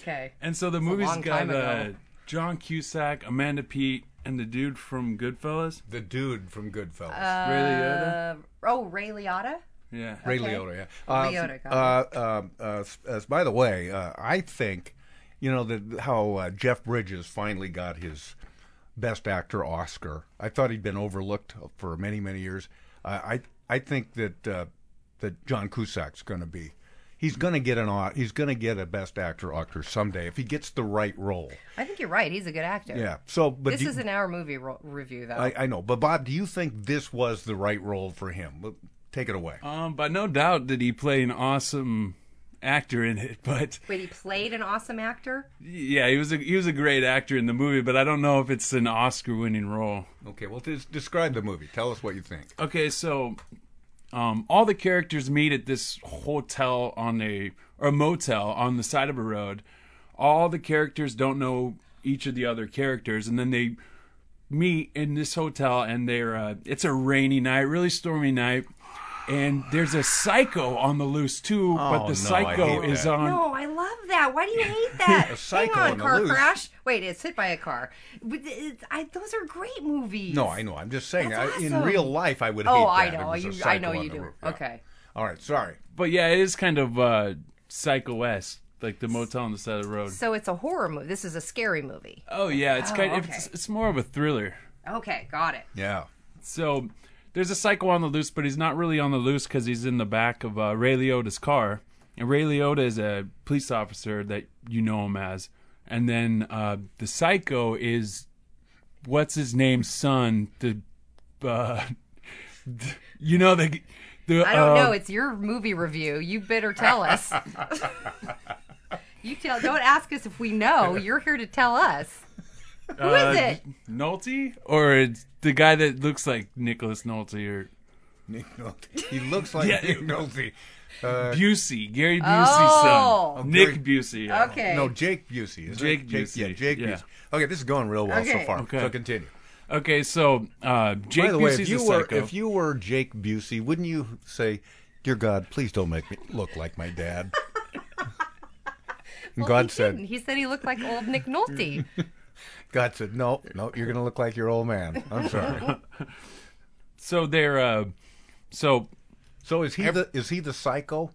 K: Okay.
J: And so the
K: That's a
J: movie's
K: long
J: got
K: time
J: uh,
K: ago.
J: John Cusack, Amanda Pete, and the dude from Goodfellas.
I: The dude from Goodfellas.
K: Uh,
J: Ray Liotta.
K: Oh, Ray Liotta.
J: Yeah.
I: Ray
K: Okay.
I: Liotta, yeah.
K: Liotta,
I: Uh,
K: got
I: uh, uh, uh, s- uh, by the way, uh, I think, you know, that how uh, Jeff Bridges finally got his Best Actor Oscar. I thought he'd been overlooked for many, many years. Uh, I I think that uh, that John Cusack's going to be. He's going to get an au- he's going to get a Best Actor Oscar someday if he gets the right role.
K: I think you're right. He's a good actor.
I: Yeah. So, but
K: this
I: do-
K: is an hour movie ro- review, though.
I: I, I know, but Bob, do you think this was the right role for him? Well, Take it away.
J: Um, but no doubt did he play an awesome actor in it. But
K: Wait, he played an awesome actor.
J: yeah, he was a, he was a great actor in the movie. But I don't know if it's an Oscar-winning role.
I: Okay, well, des- describe the movie. Tell us what you think.
J: Okay, so um, all the characters meet at this hotel on a or motel on the side of a road. All the characters don't know
K: each of the other characters, and then they meet in this hotel, and they're uh, it's a rainy night, really stormy night. And there's a psycho on the loose too,
I: Oh,
K: but the
I: no, I
K: psycho
I: hate
K: is
I: that.
K: on.
J: No, I love that. Why do you hate that?
I: A psycho
J: Hang on,
I: on the
J: car
I: loose.
J: crash. Wait, it's hit by a car. But it's, I, those are great movies.
I: No, I know. I'm just saying.
J: That's
I: I, in
J: awesome.
I: real life, I would.
J: Oh,
I: hate
J: I
I: that. It
J: know.
I: was a
J: You- I
I: psycho
J: know
I: on
J: you
I: the
J: do.
I: roof. Yeah.
J: Okay.
I: All right. Sorry.
K: But yeah, it is kind of uh, psycho esque, like the motel on the side of the road.
J: So it's a horror movie. This is a scary movie.
K: oh yeah, it's
J: Oh,
K: kind.
J: okay.
K: It's, it's more of a thriller.
J: Okay, got it.
I: Yeah.
K: So there's a psycho on the loose, but he's not really on the loose because he's in the back of uh, Ray Liotta's car. And Ray Liotta is a police officer that you know him as. And then uh, the psycho is what's his name's son? The uh, you know the the
J: I don't
K: uh,
J: know. It's your movie review. You better tell us. you tell. Don't ask us if we know. You're here to tell us. Who is
K: uh,
J: it?
K: Nolte or it's the guy that looks like Nicholas Nolte or
I: Nick Nolte. He looks like
K: Yeah.
I: Nick Nolte. Uh,
K: Busey, Gary Busey's
J: Oh.
K: son,
I: Oh,
K: Nick
I: Gary-
K: Busey. yeah.
J: Okay.
I: No, Jake Busey. Isn't
K: Jake
I: it? Yeah,
K: Busey,
I: Jake
K: yeah.
I: Busey. Okay, this is going real well so
K: Okay.
I: far.
K: Okay.
I: So continue.
K: Okay, so uh, Jake
I: By the way,
K: Busey's
I: if you
K: a
I: were
K: psycho.
I: if you were Jake Busey, wouldn't you say, "Dear God, please don't make me look like my dad"? And
J: Well,
I: God
J: he
I: said,
J: didn't. He said he looked like old Nick Nolte.
I: "God said, no, no, you're going to look like your old man." I'm sorry.
K: so they're uh, so
I: so is he the is he the psycho?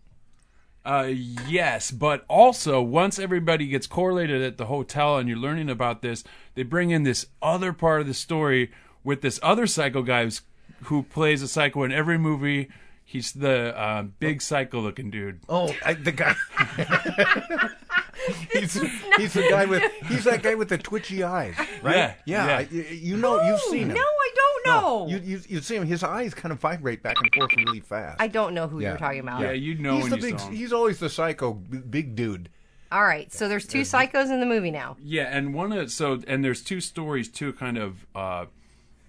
K: Uh, yes, but also once everybody gets correlated at the hotel and you're learning about this, they bring in this other part of the story with this other psycho guy who's, who plays a psycho in every movie. He's the uh, big psycho looking dude.
I: Oh, I, the guy. he's he's the guy with he's that guy with the twitchy eyes, right?
K: Yeah, yeah.
I: I- you, you know, you've seen him.
J: No, Oh, I don't know.
I: No, you you you see him. His eyes kind of vibrate back and forth really fast.
J: I don't know who you're talking about.
K: Yeah, you'd know
I: he's
K: when
I: the
K: you
I: big,
K: saw him.
I: He's always the psycho b- big dude.
J: All right. So there's two psychos in the movie now.
K: Yeah, and one of so and there's two stories too, kind of uh,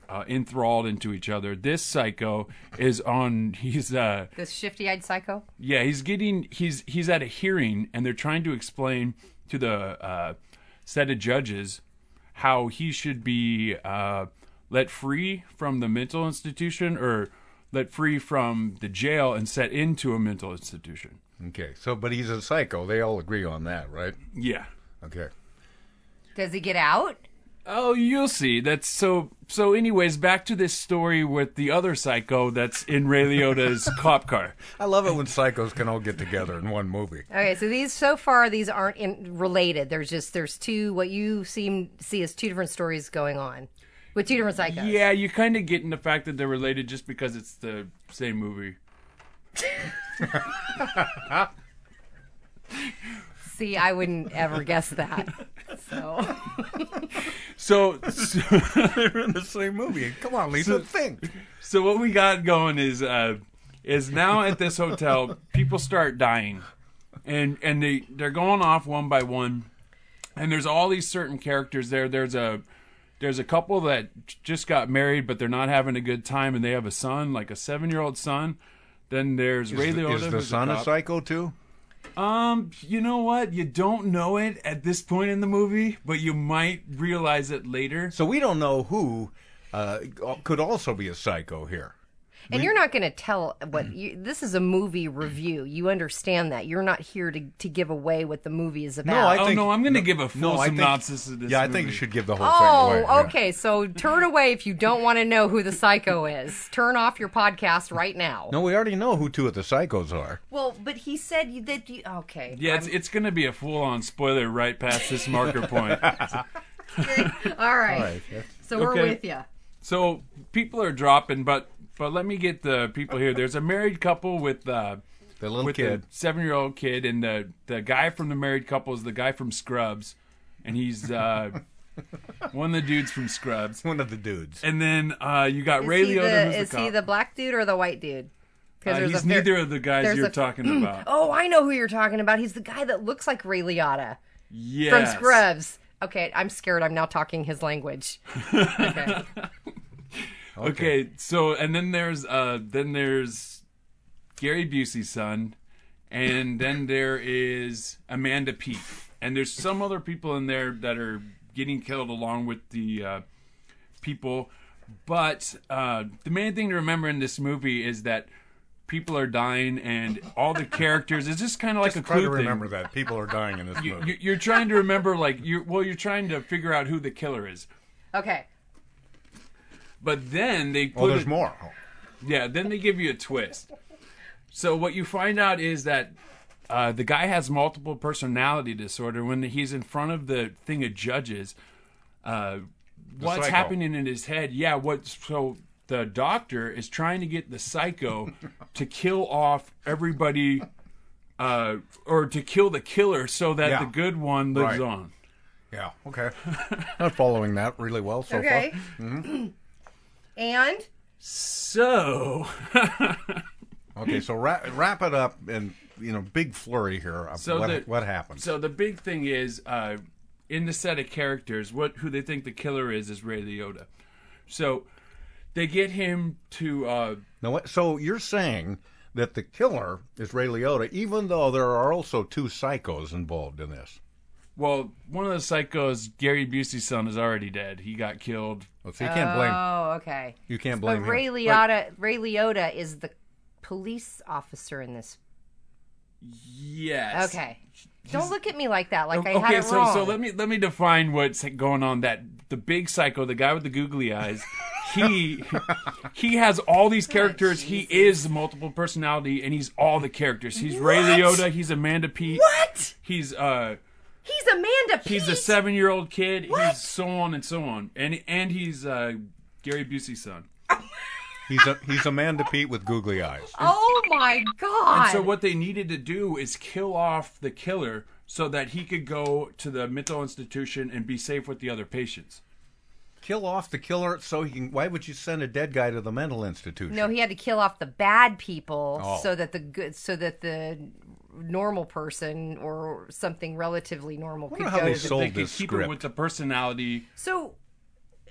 K: uh, enthralled into each other. This psycho is on. He's uh,
J: This shifty-eyed psycho.
K: Yeah, he's getting he's he's at a hearing and they're trying to explain to the uh, set of judges how he should be uh, let free from the mental institution or let free from the jail and set into a mental institution.
I: Okay, so but he's a psycho. They all agree on that, right?
K: Yeah.
I: Okay.
J: Does he get out?
K: Oh, you'll see. That's so. So, anyways, back to this story with the other psycho that's in Ray Liotta's cop car.
I: I love it when psychos can all get together in one movie.
J: Okay, so these so far these aren't in, related. There's just there's two what you seem see as two different stories going on with two different psychos.
K: Yeah, you kind of get in the fact that they're related just because it's the same movie.
J: See, I wouldn't ever guess that. So
K: So, so
I: They're in the same movie. Come on, Lisa, think.
K: So what we got going is uh is now at this hotel people start dying and and they they're going off one by one and there's all these certain characters there there's a there's a couple that j- just got married but they're not having a good time and they have a son like a 7-year-old son then there's Ray
I: Is the,
K: Liotta
I: is the
K: who's
I: son a,
K: cop.
I: psycho too?
K: Um, you know what? You don't know it at this point in the movie, but you might realize it later.
I: So we don't know who uh, could also be a psycho here.
J: and you're not going to tell what you, this is a movie review. You understand that you're not here to to give away what the movie is about.
I: No, I
K: Oh,
I: think-
K: no, I'm going to give a full
I: No, I think-
K: synopsis of this
I: yeah, I
K: movie.
I: think you should give the whole thing away.
J: Oh,
I: yeah.
J: okay. So turn away if you don't want to know who the psycho is. Turn off your podcast right now.
I: No, we already know who two of the psychos are.
J: Well, but he said you- that you okay.
K: Yeah, it's, it's going to be a full on spoiler right past this marker point.
J: All right.
I: All right, yes.
J: So we're
K: Okay.
J: with you.
K: so people are dropping, but but let me get the people here. There's a married couple with uh,
I: The little
K: with
I: kid.
K: the seven year old kid, and the the guy from the married couple is the guy from Scrubs, and he's uh, one of the dudes from Scrubs.
I: One of the dudes.
K: And then uh, you got
J: Is
K: Ray
J: he
K: Liotta,
J: the,
K: who's
J: is
K: the cop.
J: he the black dude or the white dude? 'Cause
K: Uh,
J: there's a
K: he's
J: fair-
K: neither of the guys
J: there's
K: you're
J: a-
K: talking about.
J: Oh, I know who you're talking about. He's the guy that looks like Ray Liotta
K: yeah,
J: from Scrubs. Okay, I'm scared. I'm now talking his language. Okay.
K: Okay. so and then there's uh then there's Gary Busey's son, and then there is Amanda Peet, and there's some other people in there that are
J: getting killed along with the uh, people. But uh, the main thing to remember in this movie is that people are dying, and all the characters it's just kind of like
I: Just
J: a
I: try
J: clue
I: to
J: thing.
I: remember that people are dying in this
J: You-
I: movie.
J: you- You're trying to remember, like, you're well, you're trying to figure out who the killer is.
K: Okay.
J: But then they
I: Oh, there's more.
J: Yeah, then they give you a twist. So what you find out is that uh, the guy has multiple personality disorder. When he's in front of the thing of judges, uh,
B: The
J: what's
B: psycho.
J: happening in his head? Yeah, what? So the doctor is trying to get the psycho to kill off everybody, uh, or to kill the killer, so that
I: Yeah.
J: the good one lives
I: Right.
J: on.
I: Yeah. Okay. Not following that really well so
K: Okay.
I: far. Mhm.
K: And
J: So.
I: Okay. So wrap, wrap it up and you know big flurry here. of what, what happened?
J: So the big thing is uh, in the set of characters, what who they think the killer is is Ray Liotta. So they get him to uh,
I: Now, what, so you're saying that the killer is Ray Liotta, even though there are also two psychos involved in this.
J: well, one of the psychos, Gary Busey's son, is already dead. He got killed.
I: so you can't blame-
K: Oh, okay.
I: You can't
K: But Ray Liotta, Ray Liotta is the police officer in this.
J: Yes.
K: Okay. Don't look at me like that. Like I
J: okay,
K: had it
J: so
K: wrong.
J: so let me let me define what's going on. That the big psycho, the guy with the googly eyes, he he has all these
K: Oh,
J: characters. he is multiple personality, and he's all the characters. He's Ray
K: What?
J: Liotta. He's Amanda Pete.
K: What?
J: He's uh
K: He's Amanda. Pete.
J: he's a seven year old kid. He's so on and so on, and and he's uh Gary Busey's son.
I: He's a, he's Amanda Pete with googly eyes.
K: Oh my god.
J: And so what they needed to do is kill off the killer so that he could go to the mental institution and be safe with the other patients.
I: Kill off the killer so he can. Why would you send a dead guy to the mental institution?
K: No, he had to kill off the bad people
I: Oh.
K: so that the good, so that the normal person or something relatively normal could go. to the-
J: they could keep it with the personality.
K: So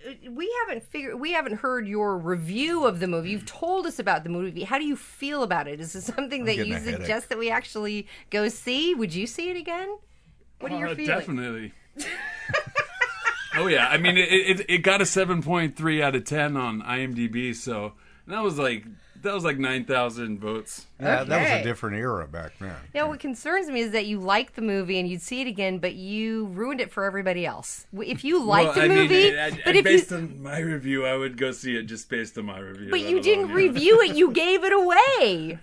K: uh, we haven't figured, we haven't heard your review of the movie. You've told us about the movie. How do you feel about it? Is it something
J: I'm
K: that
J: getting
K: you
J: a headache.
K: suggest that we actually go see? Would you see it again? What are your
J: Uh,
K: feelings?
J: Definitely. oh yeah, I mean it, it. It got a seven point three out of ten on IMDb, so and that was like that was like nine thousand votes.
I: Yeah, That was
K: Okay.
I: a different era back then.
K: Now, what concerns me is that you liked the movie and you'd see it again, but you ruined it for everybody else. W- If you liked
J: Well,
K: the movie,
J: I mean, I- I-
K: but if you
J: based on my review, I would go see it just based on my review.
K: But
J: that
K: you
J: alone,
K: didn't
J: yeah.
K: review it, you gave it away.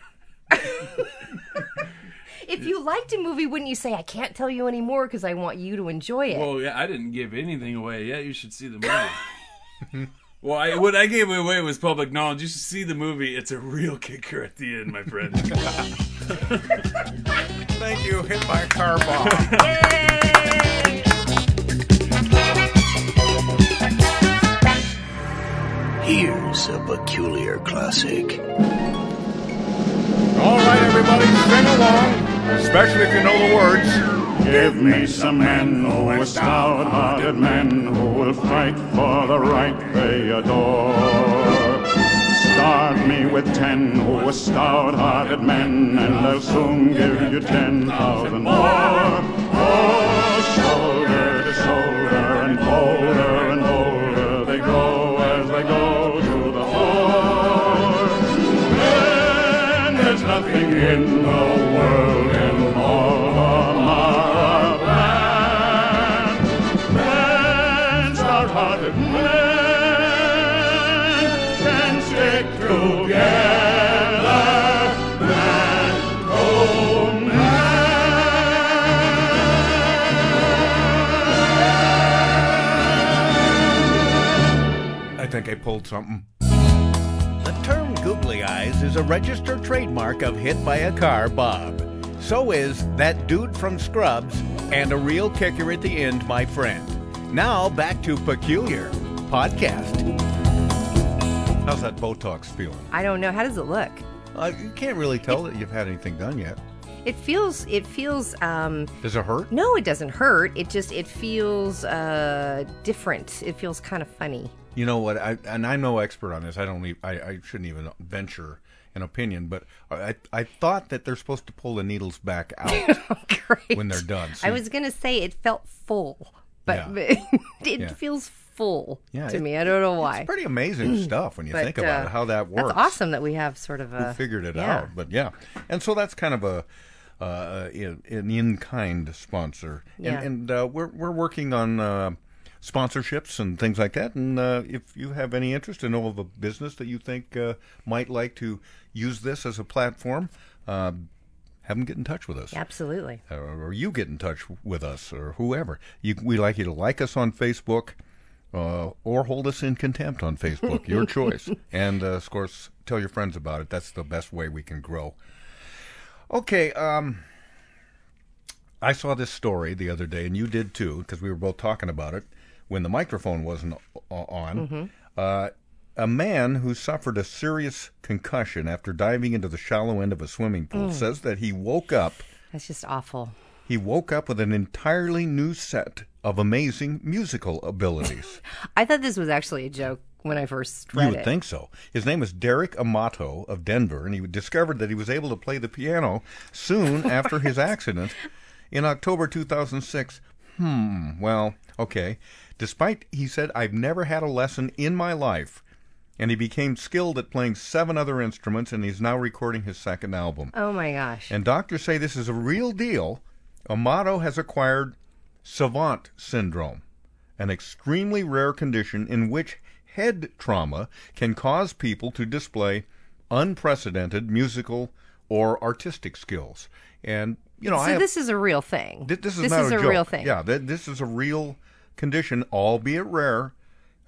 K: if you liked a movie, wouldn't you say, I can't tell you anymore because I want you to enjoy it?
J: Well, Oh, yeah, I didn't give anything away. Yeah, you should see the movie. well, I, what I gave away was public knowledge. You should see the movie. It's a real kicker at the end, my friend.
I: Thank you. Hit by a car bomb.
W: Here's a peculiar classic.
C: All right, everybody, sing along, especially if you know the words. Give me some men who are stout-hearted men who will fight for the right they adore. Start me with ten who are stout-hearted men, and I'll soon give you ten thousand more. Oh, shoulder to shoulder and bolder and bolder they go as they go to the fore. And there's nothing in the world in all of Marathon than stout-hearted men can stick together. Man, oh man.
I: I think I pulled something.
X: The term googly eyes is a registered trademark of Hit by a Car Bob. So is That Dude from Scrubs and A Real Kicker at the End, my friend. Now back to Peculiar Podcast.
I: How's that Botox feeling?
K: I don't know. How does it look?
I: Uh, you can't really tell that you've had anything done yet.
K: It feels, it feels, um,
I: Does it hurt?
K: no, it doesn't hurt. It just, it feels, uh, different. It feels kind of funny.
I: You know what? I and I'm no expert on this. I don't. Even, I I shouldn't even venture an opinion. But I I thought that they're supposed to pull the needles back out when they're done.
K: I was going to say it felt full. but, but it
I: Yeah.
K: feels full
I: Yeah,
K: to
I: it-
K: me. I don't know why. Mm.
I: It's pretty amazing stuff when you
K: But,
I: think about
K: uh,
I: it, how that works.
K: That's awesome that we have sort of a
I: Who figured it
K: yeah.
I: out? But yeah, and so that's kind of a uh, in- an in kind sponsor, and,
K: Yeah.
I: and uh, we're we're working on. Uh, Sponsorships and things like that, and uh, if you have any interest and know of a business that you think uh, might like to use this as a platform, uh, have them get in touch with us
K: Absolutely.
I: uh, or, or you get in touch with us or whoever. You, we like you to like us on Facebook uh, or hold us in contempt on Facebook, your choice. And uh, of course, tell your friends about it. That's the best way we can grow. Okay. Um, I saw this story the other day, and you did too, because we were both talking about it when the microphone wasn't o- on.
B: Mhm.
I: Uh, a man who suffered a serious concussion after diving into the shallow end of a swimming pool
K: Mm.
I: says that he woke up
K: That's just awful.
I: he woke up with an entirely new set of amazing musical abilities.
K: I thought this was actually a joke when I first
I: you
K: read
I: would
K: it.
I: think so. His name is Derek Amato of Denver, and he discovered that he was able to play the piano soon after his accident in October 2006. Hmm, well, okay. Despite, he said, I've never had a lesson in my life. And he became skilled at playing seven other instruments, and he's now recording his second album.
K: Oh my gosh.
I: And doctors say this is a real deal. Amato has acquired savant syndrome, an extremely rare condition in which head trauma can cause people to display unprecedented musical or artistic skills. And, you know,
K: so
I: I have,
K: this is a real thing.
I: Thi- this is
K: this
I: not
K: is
I: a,
K: a,
I: joke.
K: real thing.
I: Yeah, th- this is a real condition, albeit rare,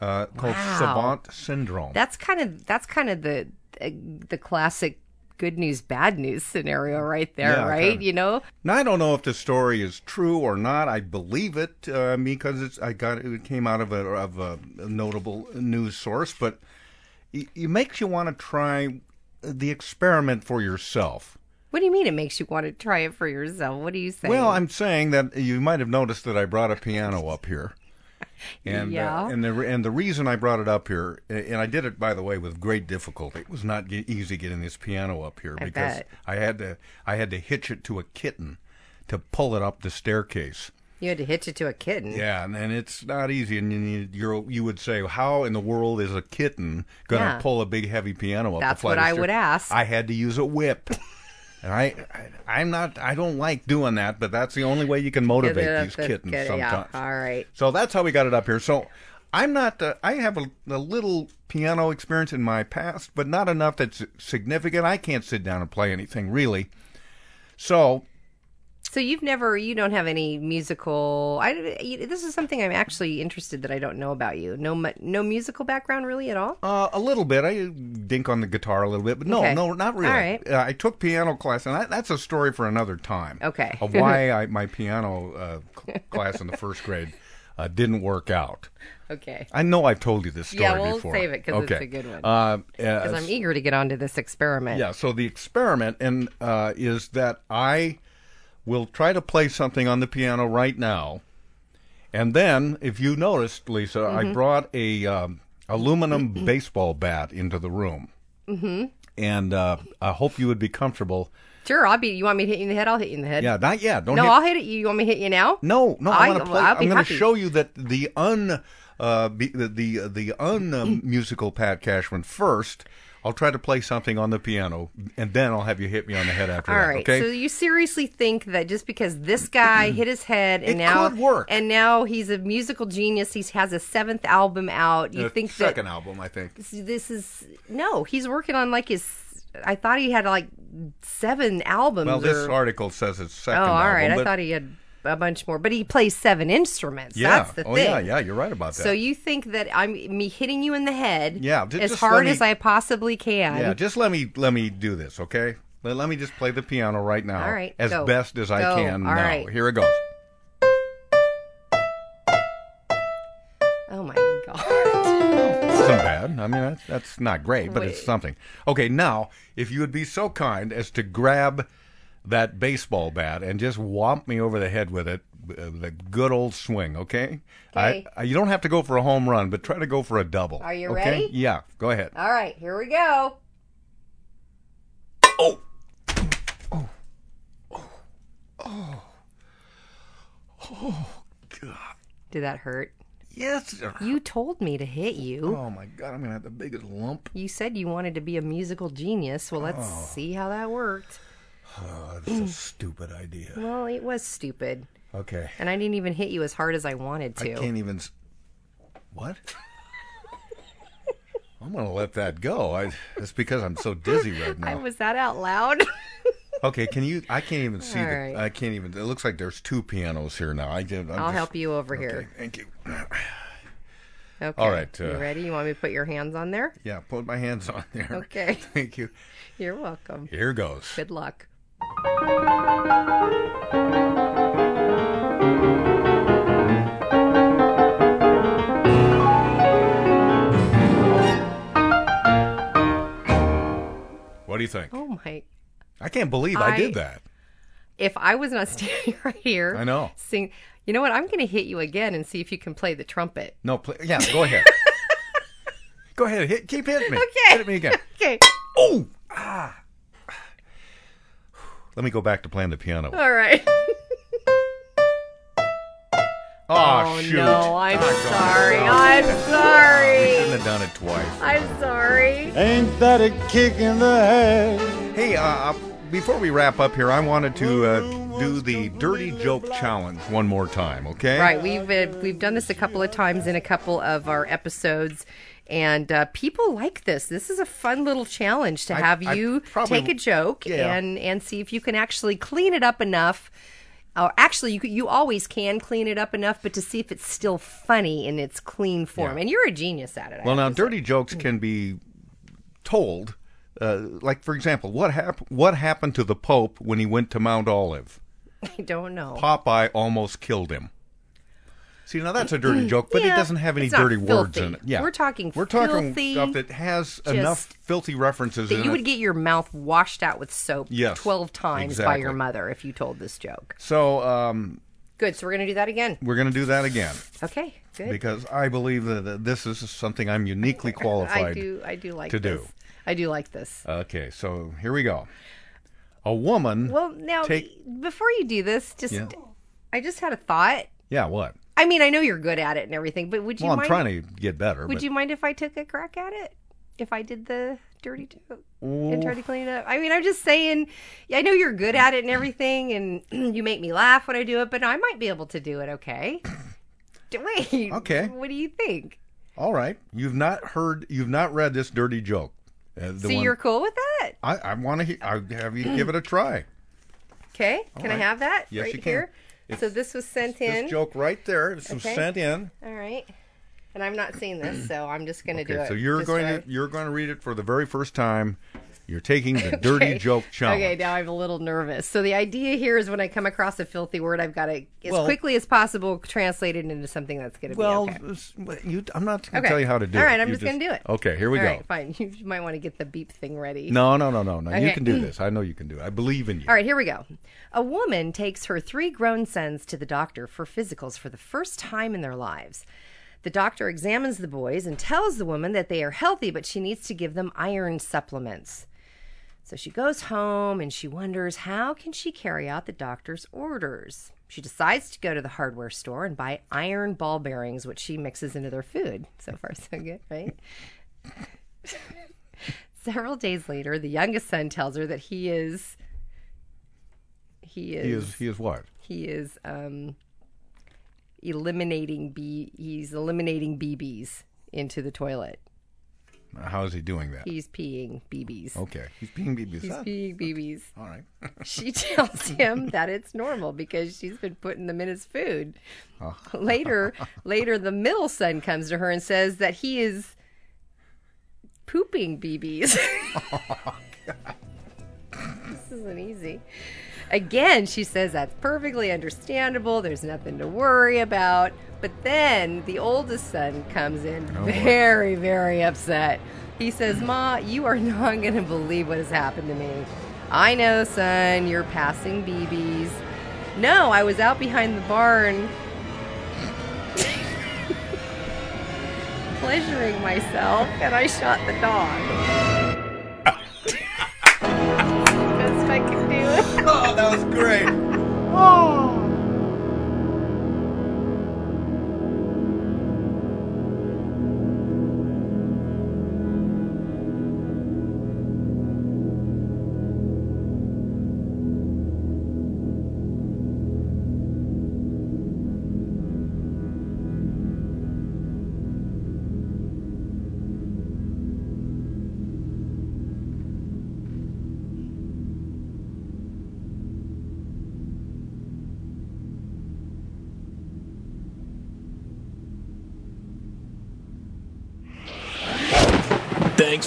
I: uh, called
K: Wow.
I: savant syndrome.
K: That's kind of that's kind of the uh, the classic good news bad news scenario right there,
I: Yeah,
K: right?
I: kinda.
K: You know,
I: Now I don't know if the story is true or not. I believe it uh, because it's I got it came out of a of a notable news source, but it, it makes you want to try the experiment for yourself.
K: what do you mean it makes you want to try it for yourself? What do you say?
I: Well, I'm saying that you might have noticed that I brought a piano up here. And, uh,
K: Yeah.
I: and the and the reason I brought it up here, and I did it by the way with great difficulty. It was not ge- easy getting this piano up here
K: I
I: because
K: bet.
I: I had to I had to hitch it to a kitten to pull it up the staircase.
K: you had to hitch it to a kitten.
I: Yeah, and, and it's not easy. And you, you're, you would say, how in the world is a kitten going to
K: Yeah.
I: pull a big heavy piano up? a
K: That's
I: flight
K: what
I: of
K: I
I: stairs?
K: would ask.
I: I had to use a whip. And I, I, I'm not. I don't like doing that, but that's the only way you can
K: Get it
I: motivate
K: up
I: these
K: the-
I: kittens
K: get it- yeah,
I: sometimes.
K: All right.
I: So that's how we got it up here. So I'm not. Uh, I have a, a little piano experience in my past, but not enough that's significant. I can't sit down and play anything really. So
K: So you've never, you don't have any musical. I you- this is something I'm actually interested that I don't know about you. No, mu- no musical background really at all.
I: Uh, a little bit. I dink on the guitar a little bit, but no,
K: Okay.
I: no, not really.
K: All right.
I: Uh, I took piano class, and I, that's a story for another time.
K: Okay.
I: Of why I, my piano uh, cl- class in the first grade uh, didn't work out.
K: Okay.
I: I know I've told you this story
K: Yeah, we'll
I: before.
K: save it 'cause it's
I: Okay.
K: a good one.
I: Uh,
K: Because
I: uh,
K: I'm eager to get onto this experiment.
I: yeah. So the experiment and uh, is that I will try to play something on the piano right now, and then if you noticed, Lisa, I
K: Mm-hmm.
D: Mhm.
I: brought a um, aluminum baseball bat into the room,
K: Mm-hmm.
I: and uh, I hope you would be comfortable.
K: Sure, I'll be. You want me to hit you in the head? I'll hit you in the head.
I: Yeah, not yet. Don't
K: no,
I: hit-
K: I'll hit it. You want me to hit you now?
I: No, no, I,
K: I-
I: want to
K: well,
I: play.
K: I'll be
I: I'm going to
K: happy.
I: show you that the un uh, be, the the, the un um, musical Pat Cashman first. I'll try to play something on the piano, and then I'll have you hit me on the head after
K: All
I: that.
K: right.
I: Okay.
K: So you seriously think that just because this guy hit his head and
I: It
K: now
I: could work.
K: and now he's a musical genius, he has a seventh album out. You
I: The
K: think that
I: second album, I think.
K: this, this is no? He's working on like his. I thought he had like seven albums.
I: Well, this
K: or,
I: article says it's
K: oh,
I: second.
K: all
I: album,
K: right. I
I: but-
K: thought he had a bunch more, but he plays seven instruments.
I: Yeah.
K: That's the
I: oh,
K: thing.
I: yeah, yeah. You're right about that.
K: So you think that I'm me hitting you in the head
I: Yeah, ju-
K: as
I: just
K: hard
I: let me-
K: as I possibly can.
I: yeah. Just let me let me do this, okay? Let, let me just play the piano right now,
K: All right,
I: as
K: go.
I: best as I
K: Go.
I: can. now,
K: All right.
I: here it goes.
K: oh my god.
I: It's not bad. I mean, that's, that's not great, but it's something. Okay, now, if you would be so kind as to grab that baseball bat and just whomp me over the head with it, uh, the good old swing, okay? I,
K: Okay.
I: I, you don't have to go for a home run, but try to go for a double.
K: Are you
I: okay?
K: ready? Uh,
I: Yeah, go ahead.
K: All right, here we go.
I: Oh, God.
K: Did that hurt?
I: Yes.
K: You told me to hit you.
I: Oh my god, I'm gonna have the biggest lump.
K: You said you wanted to be a musical genius. Well, let's
I: Oh.
K: see how that worked.
I: Oh, that's a stupid idea.
K: Well, it was stupid.
I: Okay.
K: And I didn't even hit you as hard as I wanted
I: I
K: to.
I: can't even. s- What? I'm gonna let that go. I, it's because I'm so dizzy right
K: I-
I: now.
K: was that out loud?
I: Okay, can you? I can't even see.
K: All
I: the,
K: right.
I: I can't even. It looks like there's two pianos here now. I did. I'm
K: I'll
I: just-
K: help you over here.
I: Thank you.
K: Okay.
I: All right,
K: you
I: uh,
K: ready? You want me to put your hands on there?
I: Yeah, put my hands on there.
K: Okay.
I: Thank you.
K: You're welcome.
I: Here goes.
K: Good luck.
I: What do you think?
K: Oh my!
I: I can't believe I,
K: I-
I: did that.
K: If I was not standing right here,
I: I know.
K: Sing. You know what? I'm going to hit you again and see if you can play the trumpet.
I: No, play, yeah, go ahead. go ahead. Hit, keep hitting me.
K: Okay.
I: Hit me again.
K: Okay.
I: Oh. Let me go back to playing the piano.
K: All right.
I: Oh, shoot. Oh,
K: no! I'm sorry.
I: no.
K: I'm
I: We
K: sorry.
I: shouldn't have done it twice.
K: I'm sorry.
I: Ain't that a kick in the head? Hey, uh, uh, before we wrap up here, I wanted to uh, do the dirty joke challenge one more time, okay?
K: Right, we've uh, we've done this a couple of times in a couple of our episodes, and uh, people like this. This is a fun little challenge to
B: I-
K: have
B: I
K: you
B: probably-
K: take a joke
B: yeah.
K: and and see if you can actually clean it up enough. Or actually, you c- you always can clean it up enough, but to see if it's still funny in its clean form. And you're a genius at it. I
I: Well, now dirty jokes can be told. Uh, like, for example, what hap- what happened to the Pope when he went to Mount Olive?
K: I don't know.
I: Popeye almost killed him. See, now that's a dirty joke, but
K: Mm, Yeah,
I: it doesn't have any
K: it's not
I: dirty words
K: filthy.
I: in it. Yeah,
K: We're talking
I: we're talking
K: filthy,
I: stuff that has
K: just-
I: enough filthy references
K: That
I: in
K: you
I: it.
K: would get your mouth washed out with soap
I: Yes,
K: twelve times by
I: exactly.
K: your mother if you told this joke.
I: so um,
K: Good. So we're gonna do that again.
I: we're going to do that again
K: Okay. Good.
I: because I believe that uh, this is something I'm uniquely qualified.
K: I do. I do like
I: to
K: this.
I: do.
K: I do like this.
I: Okay, so here we go. A woman.
K: Well, now
I: take
K: before you do this, just
I: Yeah.
K: I just had a thought.
I: yeah. What?
K: I mean, I know you're good at it and everything, but would you
I: Well,
K: mind?
I: I'm trying to get better.
K: would
I: but-
K: you mind if I took a crack at it? If I did the dirty joke
I: Ooh.
K: and tried to clean it up? I mean, I'm just saying. yeah, I know you're good at it and everything, and you make me laugh when I do it, but I might be able to do it. Okay. D- Wait.
I: Okay.
K: What do you think?
I: All right. You've not heard. You've not read this dirty joke. Uh, the
K: so
I: one-
K: you're cool with that?
I: I, I want to. He- I have you give it a try.
K: Okay.
I: All
K: Can I
I: right.
K: have that
I: Yes,
K: right
I: you can.
K: here?
I: It's-
K: so this was sent in.
I: This joke right there. This was
K: Okay.
I: sent in.
K: All right. And I'm not seeing this, so I'm just going to do
I: Okay,
K: it.
I: so you're
K: this
I: going
K: way.
I: to you're going to read it for the very first time. You're taking the dirty joke challenge.
K: Okay, now I'm a little nervous. So the idea here is when I come across a filthy word, I've got to, as
I: Well-
K: quickly as possible, translate it into something that's going to
I: Well,
K: be okay.
I: s- well, you, I'm not going to
K: Okay.
I: tell you how to do
K: All
I: it.
K: right, I'm
I: You
K: just gonna do it.
I: Okay, here we
K: All
I: go.
K: right, fine. You might want to get the beep thing ready.
I: No, no, no, no, no. You
K: Okay.
I: can do this. I know you can do it. I believe in you.
K: All right, here we go. A woman takes her three grown sons to the doctor for physicals for the first time in their lives. The doctor examines the boys and tells the woman that they are healthy, but she needs to give them iron supplements. So she goes home and she wonders how can she carry out the doctor's orders. She decides to go to the hardware store and buy iron ball bearings, which she mixes into their food. So far, so good, right? Several days later, the youngest son tells her that he is he is
I: He is he is what?
K: he is um eliminating bee he's eliminating BBs into the toilet.
I: How is he doing that?
K: He's peeing BBs.
I: Okay, he's being BB's.
K: He's
I: Ah,
K: peeing BBs.
I: All right.
K: She tells him that it's normal because she's been putting them in his food.
I: Oh.
K: Later, later the middle son comes to her and says that he is pooping BBs. this isn't easy. Again, she says that's perfectly understandable. There's nothing to worry about. But then the oldest son comes in
B: Oh, boy.
K: very, very upset. He says, Ma, you are not going to believe what has happened to me. I know, son, you're passing BBs. No, I was out behind the barn pleasuring myself and I shot the dog. Best I can do it.
I: Oh, that was great.
K: Oh.
B: Thanks